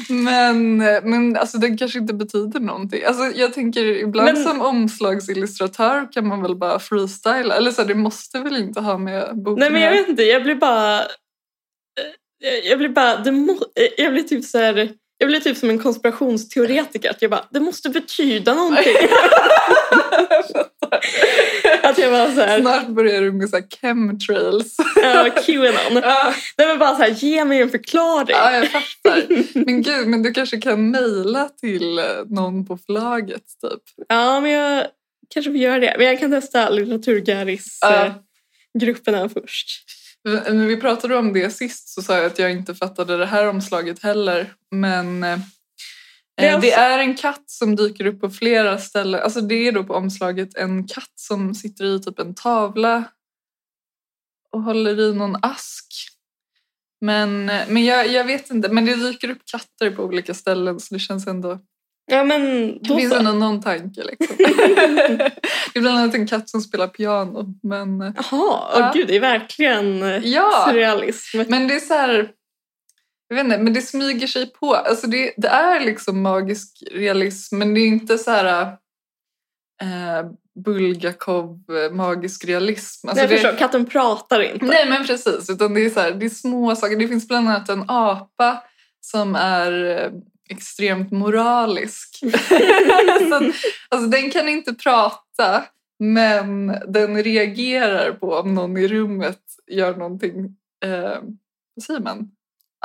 B: men men alltså, den kanske inte betyder någonting. Alltså, jag tänker ibland
C: Men-
B: som omslagsillustratör kan man väl bara freestyla. Eller så här, det måste väl inte ha med boken
C: Nej men jag
B: att göra?
C: vet inte, jag blir bara... eh, Jag blir bara... Det må, eh, jag blir typ så här... Jag blir typ som en konspirationsteoretiker. Att jag bara, det måste
B: <laughs>
C: betyda någonting. <laughs> att jag bara så här,
B: Snart börjar du med så här chemtrails.
C: ja, QAnon.
B: ja,
C: Nej men bara så här, ge mig en förklaring.
B: ja, jag fattar. Men gud, men du kanske kan mejla till eh, någon på förlaget typ.
C: Ja men jag kanske får göra det. Men jag kan testa
B: Ja.
C: litteraturgaris-grupperna först.
B: När vi pratade om det sist så sa jag att jag inte fattade det här omslaget heller. Men eh,
C: Det är
B: eh, det
C: alltså-
B: är en katt som dyker upp på flera ställen. Alltså det är då på omslaget en katt som sitter i typ en tavla och håller i någon ask. Men, eh, men jag, jag vet inte, men det dyker upp katter på olika ställen så det känns ändå...
C: Ja men
B: Det
C: då
B: finns
C: så.
B: ändå någon tanke
C: <laughs>
B: liksom. det är bland annat en katt som spelar piano. Men eh,
C: Jaha, åh
B: Ja.
C: gud det är verkligen eh,
B: ja!
C: surrealism.
B: Men det är så här... Jag vet inte, men det smyger sig på. Alltså det, det är liksom magisk realism, men det är inte så här... Eh, Bulgakov, eh, magisk realism. Alltså
C: Nej, jag
B: det,
C: förstår, katten pratar inte.
B: nej, men precis. Utan det är, så här, det är små saker. Det finns bland annat en apa som är eh, extremt
C: <laughs>
B: moralisk. så att, alltså, den kan inte prata, men den reagerar på om någon i rummet gör någonting, eh, vad säger man,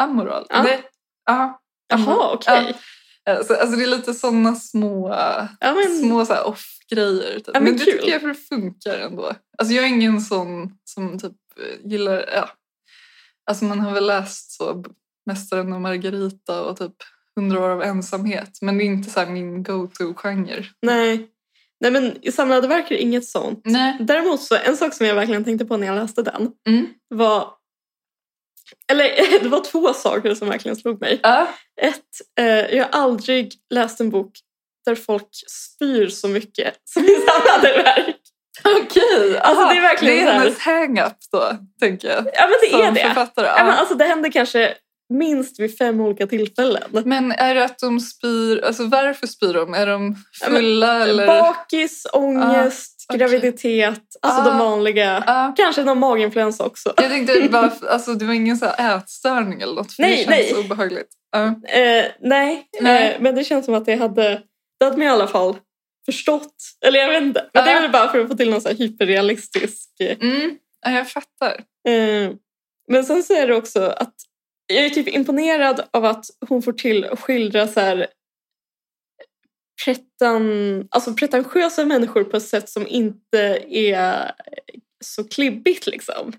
B: amoral.
C: Ja.
B: Det, ja, amor-
C: Jaha, okej.
B: Ja, så, alltså, det är lite sådana små, eh,
C: Ja, men-
B: små så här, off-grejer. Typ.
C: Mm. Ja, men
B: men det
C: kul.
B: tycker jag för det funkar ändå. Alltså, jag är ingen sån som typ eh, gillar... Ja. Alltså, man har väl läst så B- Mästaren och Margarita och typ Hundra år av ensamhet. Men det är inte så här min go-to-genre.
C: Nej. Nej, men i samlade verk är det inget sånt.
B: Nej.
C: Däremot så, en sak som jag verkligen tänkte på när jag läste den
B: Mm.
C: var... Eller <laughs> det var två saker som verkligen slog mig.
B: Ja.
C: Ett, eh, jag har aldrig läst en bok där folk spyr så mycket som i
B: <laughs>
C: samlade verk.
B: Okej.
C: Alltså,
B: aha.
C: det är verkligen
B: det
C: så
B: är
C: här-
B: hennes hang-up då, tänker jag.
C: Ja, men det är
B: som
C: det.
B: författare.
C: Ja, men
B: Ja.
C: alltså, det händer kanske minst vid fem olika tillfällen.
B: Men är det att de spyr... Alltså varför spyr de? Är de
C: Ja, men-
B: fulla eller? Ah,
C: Bakis, ångest,
B: okej.
C: graviditet, alltså
B: Ah.
C: de vanliga.
B: Ja.
C: Kanske någon maginfluensa också.
B: Jag tänkte bara, alltså, det var ingen så här ätstörning eller något, för
C: Nej,
B: det känns
C: nej.
B: obehagligt. Ja.
C: Eh, nej,
B: Nej.
C: Eh, men det känns som att det hade, det hade man i alla fall förstått. Eller jag vet inte. Men det
B: Ja.
C: är väl bara för att få till någon så här hyperrealistisk... eh,
B: Mm, ja, jag fattar.
C: Eh, men sen så är det också att jag är typ imponerad av att hon får till att skildra så här pretan, alltså pretentiösa människor på ett sätt som inte är så klibbigt liksom.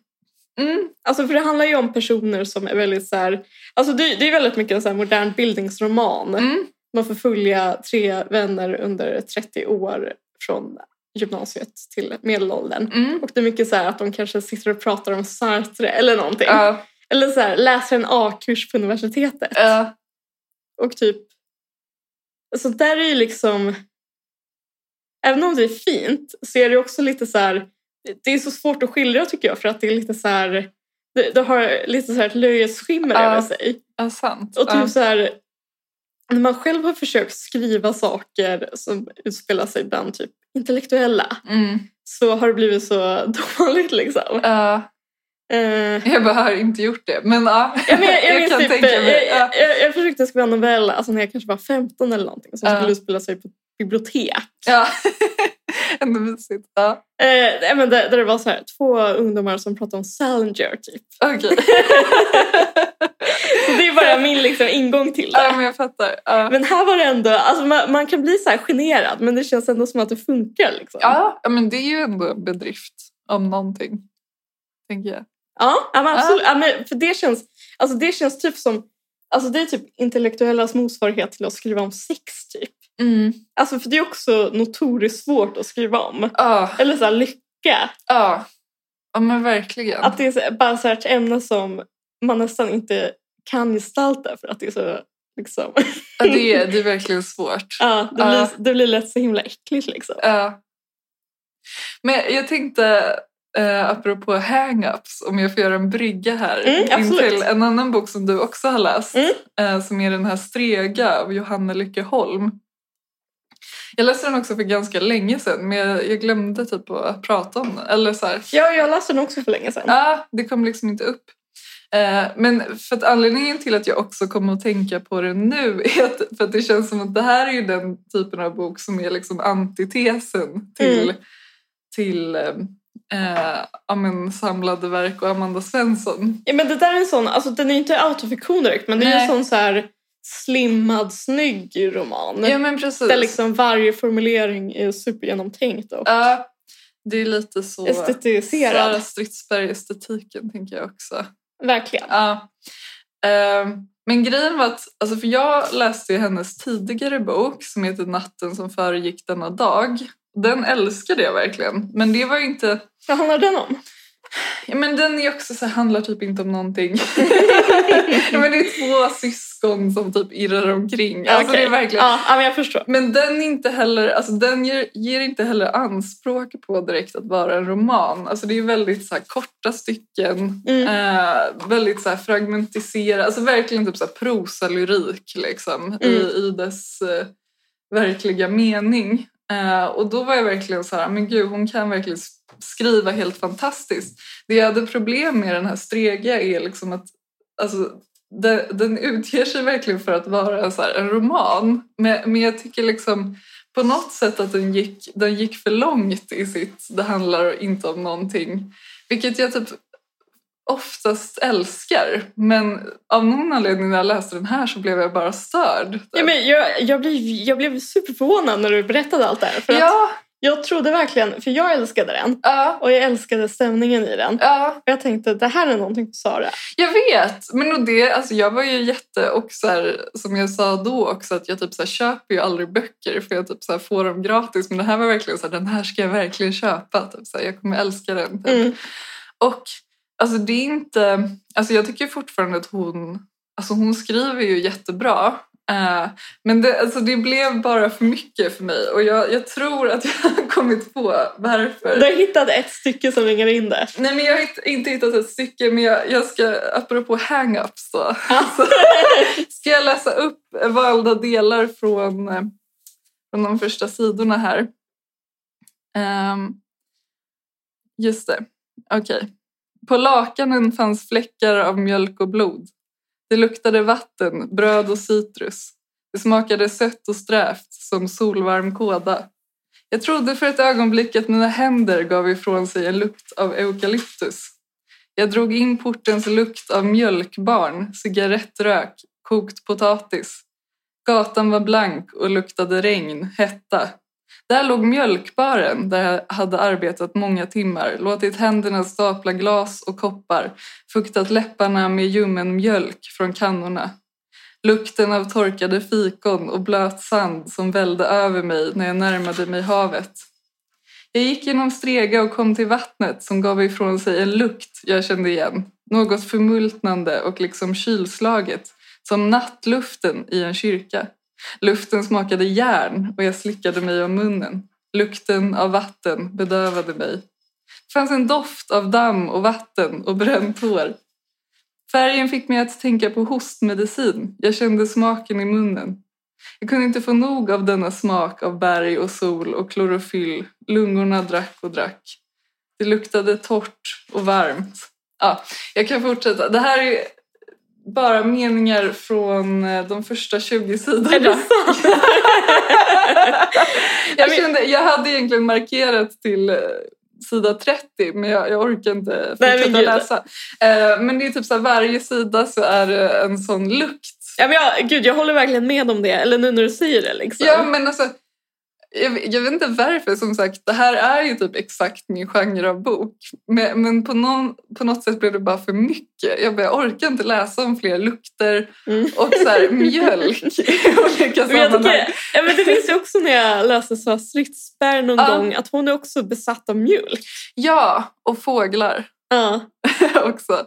B: Mm,
C: Alltså för det handlar ju om personer som är väldigt så här, alltså det, det är väldigt mycket en så här modern bildningsroman.
B: mm,
C: Man får följa tre vänner under 30 år från gymnasiet till medelåldern.
B: mm.
C: Och det är mycket så här att de kanske sitter och pratar om Sartre eller någonting.
B: Ja,
C: Eller så här, läser en A-kurs på universitetet.
B: ja,
C: Och typ... Så där är ju liksom... Även om det är fint så är det också lite så här... Det är så svårt att skildra tycker jag för att det är lite så här... Det, det har lite så här ett löjets skimmer
B: Ja.
C: över sig.
B: ja, sant.
C: Och typ
B: ja.
C: så här... När man själv har försökt skriva saker som utspelar sig bland typ intellektuella
B: Mm,
C: så har det blivit så <laughs> dåligt liksom.
B: ja.
C: Eh,
B: jag bara har inte gjort det, men ja.
C: Ja, men
B: <laughs>
C: jag, jag, minns
B: kan
C: typ,
B: tänka
C: jag,
B: mig. Ja.
C: jag, jag, jag försökte skriva en novell alltså när jag kanske var 15 eller någonting som
B: Ja.
C: skulle utspela sig på ett bibliotek.
B: Ja. <laughs> Ändå mysigt. Ja.
C: Eh, nej, men där, där det var så här, två ungdomar som pratade om Salinger
B: <laughs>
C: typ.
B: Okej,
C: Så det är bara min liksom, ingång till
B: ja,
C: det.
B: men jag fattar. Ja.
C: Men här var det ändå, alltså, man, man kan bli så här generad men det känns ändå som att det funkar. Liksom.
B: Ja, ja, men det är ju ändå en bedrift om någonting, tänker jag.
C: Ja, ja, men absolut. Ja, men för det känns, alltså, det känns typ som, alltså det är typ intellektuellas motsvarighet till att skriva om sex typ.
B: Mm.
C: Alltså för det är också notoriskt svårt att skriva om.
B: Ja,
C: Eller så här, lycka.
B: ja. ja men verkligen.
C: Att det är så- bara så här ett ämne som man nästan inte kan gestalta för att det är så... Liksom. <laughs>
B: Ja, det, är, det är verkligen svårt.
C: Ja, det,
B: Ja.
C: blir, det blir lätt så himla äckligt liksom.
B: Ja. Men jag tänkte, eh, apropå hang-ups, om jag får göra en brygga här
C: Mm,
B: in
C: absolut.
B: till en annan bok som du också har läst,
C: Mm.
B: eh, som är den här Strega av Johanna Lyckeholm. Jag läste den också för ganska länge sedan, men jag, jag glömde typ att prata om den. Eller så här,
C: Ja, jag läste den också för länge sedan.
B: Ja, det kom liksom inte upp. Eh, Men för att anledningen till att jag också kommer att tänka på det nu är att, för att det känns som att det här är ju den typen av bok som är liksom antitesen till,
C: Mm.
B: till eh, ja, men samlade verk och Amanda Svensson.
C: Ja, men det där är en sån, alltså den är ju inte autofiktion direkt men det är ju
B: Nej.
C: en sån så här slimmad, snygg roman.
B: Ja, men precis.
C: Där Mm. liksom varje formulering är supergenomtänkt och
B: Ja, det är lite
C: Oh,
B: så... Sara
C: estetiserad.
B: Stridsberg-estetiken tänker jag också.
C: Verkligen.
B: Ja. Ehm, men grejen var att, alltså för jag läste ju hennes tidigare bok som heter Natten som föregick denna dag. Den älskade jag verkligen. Men det var ju inte,
C: Vad handlar den om?
B: ja, men den är också så här, handlar typ inte om någonting. <laughs> ja, men det är två syskon som typ irrar omkring. Alltså det
C: Okej.
B: är verkligen...
C: <laughs> Ja, ja, men jag förstår.
B: Men den, är inte heller, alltså den ger, ger inte heller anspråk på direkt att vara en roman. Alltså det är väldigt så här korta stycken,
C: Mm.
B: eh, väldigt så här fragmentiserad, alltså verkligen typ så här prosalyrik liksom, i,
C: Mm.
B: i dess eh, verkliga mening. Eh, och då var jag verkligen så här, men gud hon kan verkligen s- skriva helt fantastiskt. Det jag hade problem med den här Strega är liksom att alltså, den, den utger sig verkligen för att vara så här, en roman. Men, men jag tycker liksom på något sätt att den gick, den gick för långt i sitt det handlar inte om någonting. Vilket jag typ oftast älskar. Men av någon anledning när jag läste den här så blev jag bara störd.
C: Ja, men jag, jag, blev, jag blev superförvånad när du berättade allt det här. För att
B: ja,
C: jag trodde verkligen, för jag älskade den
B: ja,
C: och jag älskade stämningen i den.
B: ja.
C: Och jag tänkte det här är någonting för Sara.
B: Jag vet! Men och det, alltså jag var ju jätte... Och så här, som jag sa då också, att jag typ så här, köper ju aldrig böcker för jag typ så här, får dem gratis. Men det här var verkligen så här, den här ska jag verkligen köpa. Typ, så här, jag kommer älska den. Typ.
C: Mm.
B: Och alltså det är inte... Alltså jag tycker fortfarande att hon... Alltså hon skriver ju jättebra. Eh, men det, alltså det blev bara för mycket för mig och jag, jag tror att <laughs> jag har kommit på varför.
C: Du har hittat ett stycke som ringer in det.
B: Nej, men jag har hitt- inte hittat ett stycke, men jag, jag ska, apropå hang-ups då,
C: Ja.
B: <laughs> så ska jag läsa upp valda delar från, eh, från de första sidorna här. Ehm, just det, okej. På lakanen fanns fläckar av mjölk och blod. Det luktade vatten, bröd och citrus. Det smakade sött och strävt som solvarm kåda. Jag trodde för ett ögonblick att mina händer gav ifrån sig en lukt av eukalyptus. Jag drog in portens lukt av mjölkbarn, cigarettrök, kokt potatis. Gatan var blank och luktade regn, hetta. Där låg mjölkbaren där jag hade arbetat många timmar, låtit händerna stapla glas och koppar, fuktat läpparna med ljummen mjölk från kannorna. Lukten av torkade fikon och blöt sand som vällde över mig när jag närmade mig havet. Jag gick genom Strega och kom till vattnet som gav ifrån sig en lukt jag kände igen. Något förmultnande och liksom kylslaget, som nattluften i en kyrka. Luften smakade järn och jag slickade mig om munnen. Lukten av vatten bedövade mig. Det fanns en doft av damm och vatten och bränt hår. Färgen fick mig att tänka på hostmedicin. Jag kände smaken i munnen. Jag kunde inte få nog av denna smak av berg och sol och klorofyll. Lungorna drack och drack. Det luktade torrt och varmt. Ja, jag kan fortsätta. Det här är bara meningar från eh, de första 20 sidorna.
C: <laughs> Är det sant?
B: jag, kände, jag hade egentligen markerat till eh, sida 30 men jag, jag orkar inte
C: men
B: fortsätta
C: gud.
B: läsa. Eh, Men det är typ så här, varje sida så är det en sån lukt.
C: Ja, men jag, gud, jag håller verkligen med om det. Eller nu när du säger det. Liksom.
B: Ja men alltså, jag, jag vet inte varför som sagt, det här är ju typ exakt min genre av bok. Men, men på, någon, på något sätt blev det bara för mycket. Jag, bara, jag orkar inte läsa om fler lukter
C: Mm.
B: och så
C: <laughs>
B: här, mjölk <laughs> i olika
C: Men jag
B: sammanhang.
C: tycker, ja, men det finns ju också när jag läste Sara Stridsberg någon
B: Ja.
C: gång att hon är också besatt av mjölk.
B: Ja, och fåglar. <laughs>
C: Ja.
B: också.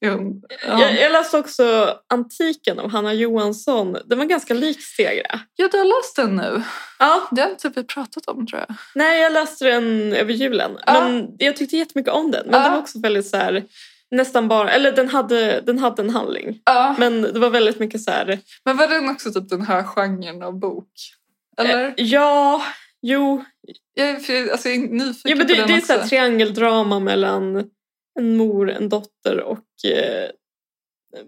B: Jo,
C: Jag,
B: ja.
C: jag läste också Antiken av Hanna Johansson. Den var ganska lik Stegra.
B: ja, du har läst den nu.
C: Ja,
B: Det har typ vi pratat om tror jag.
C: nej jag läste den över julen.
B: Ja.
C: Men jag tyckte jättemycket om den. Men
B: Ja.
C: den var också väldigt så här, nästan bara, eller den hade, den hade en handling.
B: Ja.
C: Men det var väldigt mycket så här,
B: Men var den också typ den här genren av bok? Eller?
C: eh, ja, jo.
B: Jag är, för- alltså, jag är nyfiken
C: Ja, men
B: på
C: det,
B: den
C: det är
B: också.
C: så här triangeldrama mellan en mor, en dotter och eh,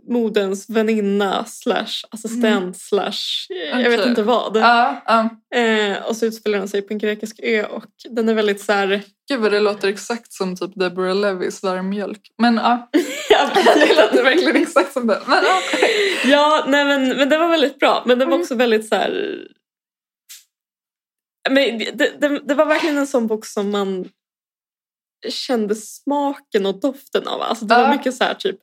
C: moderns väninna slash assistent
B: Mm.
C: slash eh, jag vet
B: Okej.
C: inte vad.
B: Ja, ja.
C: Eh, och så utspelar den sig på en grekisk ö och den är väldigt så här... <laughs>
B: Gud vad det låter exakt som typ Deborah Levys varmmjölk. Men
C: <laughs>
B: ja,
C: ja,
B: det låter verkligen exakt som det. Men,
C: <laughs>
B: ja.
C: ja, nej men, men den var väldigt bra. Men den var
B: Mm.
C: också väldigt så här... Men det, det, det- det var verkligen en sån bok som man kände smaken och doften av. Alltså det
B: Ja.
C: var mycket så här typ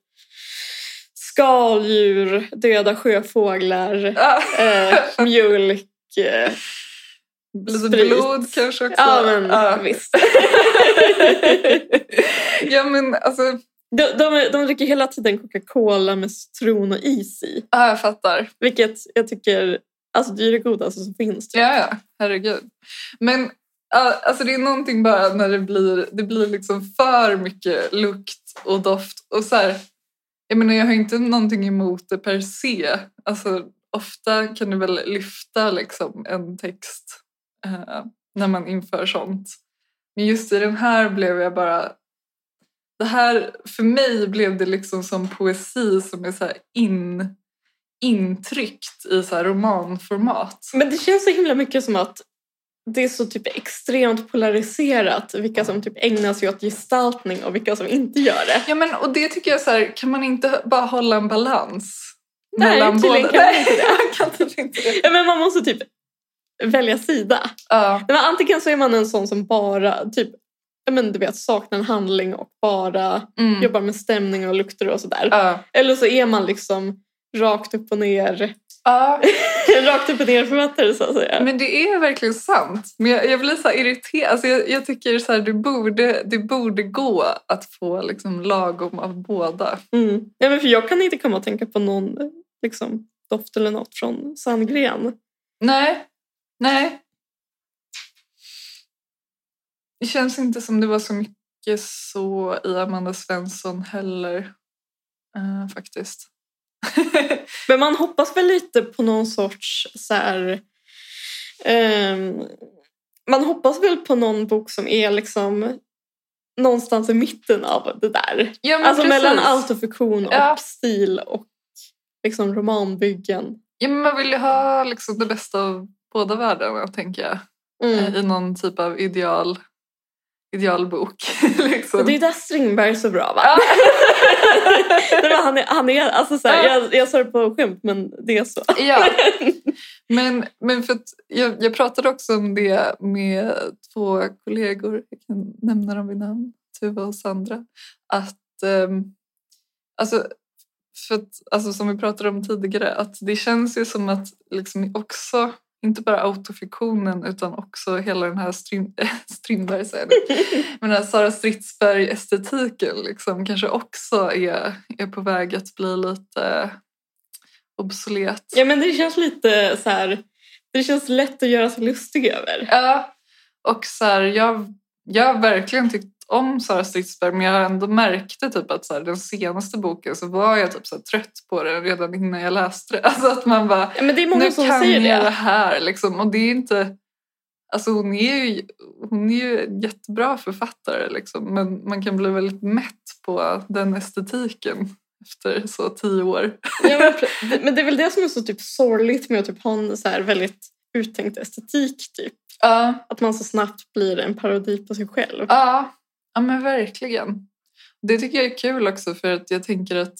C: skaldjur, döda sjöfåglar,
B: Ja. <laughs>
C: eh, mjölk. Eh,
B: Lite
C: Sprit.
B: blod kanske också.
C: ja, men
B: ja. <laughs>
C: visst. <laughs>
B: ja men alltså,
C: De, de, de dricker hela tiden Coca-Cola med citron och is i.
B: ja, jag fattar.
C: Vilket jag tycker, alltså det är det godaste som finns. typ.
B: Ja, ja, herregud. Men ja, alltså det är någonting bara när det blir, det blir liksom för mycket lukt och doft. Och så här, jag menar jag har inte någonting emot det per se. Alltså ofta kan du väl lyfta liksom en text eh, när man inför sånt. Men just i den här blev jag bara... Det här, för mig blev det liksom som poesi som är så här in, intryckt i så här romanformat.
C: Men det känns så himla mycket som att det är så typ extremt polariserat vilka som typ ägnar sig åt gestaltning och vilka som inte gör det.
B: Ja, men och det tycker jag så här, kan man inte bara hålla en balans?
C: Nej,
B: mellan
C: tydligen
B: båda?
C: kan man
B: Nej,
C: inte det.
B: man kan typ inte det.
C: Ja, men man måste typ välja sida.
B: <laughs> Ja,
C: Nej, men antingen så är man en sån som bara typ ja, men du vet, saknar en handling och bara
B: mm.
C: jobbar med stämning och lukter och sådär.
B: ja.
C: Eller så är man liksom rakt upp och ner, <laughs>
B: ja.
C: rakt upp och ner författare så att säga.
B: Men det är verkligen sant. Men jag, jag blir så här irriterad. Alltså jag, jag tycker så här, det, borde, det borde gå att få liksom lagom av båda.
C: Mm. Ja, men för jag kan inte komma att tänka på någon eh, liksom, doft eller något från Sandgren.
B: Nej, nej. Det känns inte som det var så mycket så i Amanda Svensson heller. Eh, faktiskt. <laughs>
C: Men man hoppas väl lite på någon sorts så här, ehm, Man hoppas väl på någon bok som är liksom någonstans i mitten av det där.
B: ja, men
C: Alltså
B: precis.
C: mellan autofiktion och
B: Ja.
C: stil och liksom romanbyggen.
B: Ja, men man vill ju ha liksom det bästa av båda världarna, tänker jag.
C: Mm.
B: I någon typ av ideal, idealbok. <laughs> liksom.
C: Och det är där Strindberg är så bra va?
B: Ja.
C: <laughs> Nej, men han är, han är, alltså, så här,
B: Ja.
C: jag, jag sa det på skämt men det är så.
B: Ja. <laughs> Men, men för att jag, jag pratade också om det med två kollegor, jag kan nämna dem vid namn, Tuva och Sandra. Att, ehm, alltså, för att, alltså, som vi pratade om tidigare, att det känns ju som att liksom också, inte bara autofiktionen utan också hela den här Strind- Strindberg, <laughs> säger jag nu. men den här Sara Stridsberg-estetiken liksom, kanske också är, är på väg att bli lite obsolet.
C: Ja men det känns lite så här. Det känns lätt att göra sig lustig över.
B: Ja, och så här, jag, jag har verkligen tyckt om Sara Stridsberg men jag har ändå märkte typ att så här, den senaste boken så var jag typ så här, trött på den redan innan jag läste det. <laughs> Alltså att man bara,
C: Ja, men det är många
B: nu
C: som
B: kan
C: säger
B: jag det
C: det.
B: här liksom. Och det är inte, alltså hon är ju, hon är ju en jättebra författare liksom men man kan bli väldigt mätt på den estetiken efter så tio år.
C: Ja, men, pre- men det är väl det som är så typ sorgligt med att typ ha en så här väldigt uttänkt estetik. Typ.
B: Ja,
C: Att man så snabbt blir en parodi på sig själv.
B: Ja, ja men verkligen. Det tycker jag är kul också för att jag tänker att...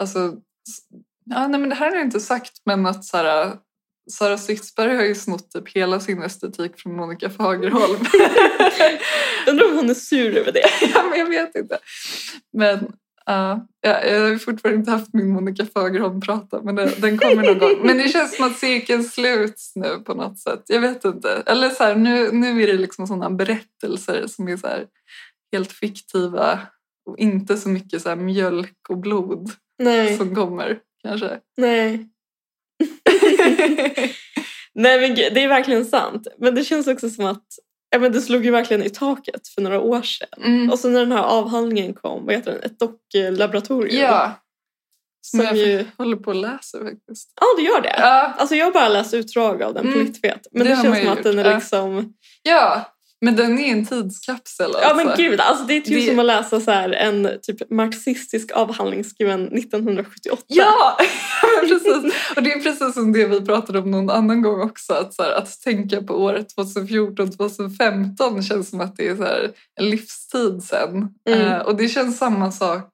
B: Alltså, s- ja, nej, men det här har jag inte sagt, men att så här, Sara Stridsberg har ju snott typ hela sin estetik från Monica Fagerholm.
C: <laughs> Undrar om hon är sur över det.
B: ja, <laughs> men jag vet inte. Men ja, ja, jag har fortfarande inte haft min Monica Fagerholm-prata, men det, den kommer någon gång. Men det känns som att cirkeln sluts nu på något sätt. Jag vet inte. Eller så här, nu, nu är det liksom sådana berättelser som är så här helt fiktiva Och inte så mycket så här mjölk och blod
C: Nej.
B: som kommer kanske.
C: Nej. <laughs> Nej men gud, det är verkligen sant. Men det känns också som att ja, men det slog ju verkligen i taket för några år sedan.
B: Mm.
C: Och så när den här avhandlingen kom, vad heter den? Ett docklaboratorium.
B: Ja, som
C: Som
B: jag
C: ju...
B: håller på och läser faktiskt.
C: Ja, det gör det.
B: Ja,
C: Alltså jag har bara läst utdrag av den på
B: Mm.
C: Littfet. Men
B: Det
C: det,
B: har man
C: känns
B: ju
C: som att den
B: gjort,
C: är
B: ja.
C: liksom...
B: ja, men den är en tidskapsel alltså.
C: Ja men gud, alltså det är typ
B: Det-
C: som att läsa så här en typ marxistisk avhandling skriven 1978.
B: Ja, precis. Och det är precis som det vi pratade om någon annan gång också. Att, så här, att tänka på året 2014-2015 känns som att det är så här, en livstid sen.
C: Mm.
B: Eh, och det känns samma sak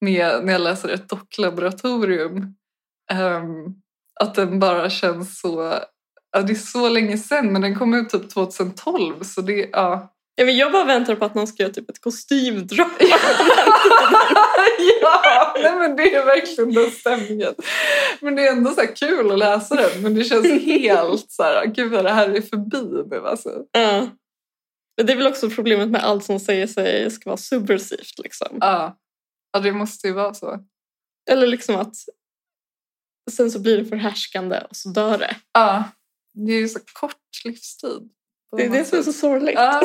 B: med när jag läser ett docklaboratorium. Ehm, att den bara känns så... Ja, det är så länge sen, men den kom ut typ 2012. Så det, ja.
C: Ja, men jag bara väntar på att någon ska göra typ ett kostymdrag.
B: <laughs>
C: <laughs>
B: ja, nej men det är verkligen den stämningen. Men det är ändå så här kul att läsa den, men det känns helt så här, gud vad det här är förbi nu alltså.
C: Ja. Men det är väl också problemet med allt som säger sig ska vara subversivt. Liksom.
B: Ja. ja, det måste ju vara så.
C: Eller liksom att sen så blir det förhärskande och så dör det.
B: Ja, det är ju så kort livstid. på
C: Det är
B: något
C: det som är
B: sätt.
C: så sorgligt.
B: Ja.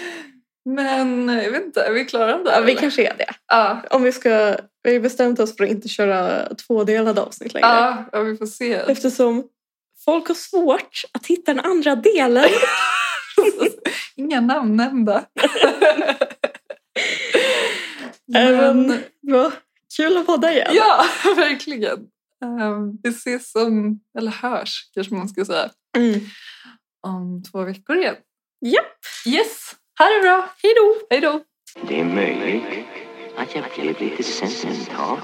B: <laughs> Men jag vet inte, är vi klara där?
C: Ja, vi
B: eller?
C: kanske är det.
B: ja.
C: Om vi ska... Vi har ju bestämt oss för att inte köra tvådelade avsnitt längre.
B: Ja, ja, vi får se.
C: Eftersom folk har svårt att hitta den andra delen.
B: Inga namn
C: <laughs>
B: nämnda.
C: Men... det var kul att podda igen.
B: Ja, <laughs> verkligen. Ehm, Vi ses om, eller hörs kanske man ska säga,
C: Mm.
B: om två veckor igen.
C: Japp.
B: Yes, ha det bra.
C: Hej då!
B: Hej då.
A: Det är möjligt att jag blev lite sentimental.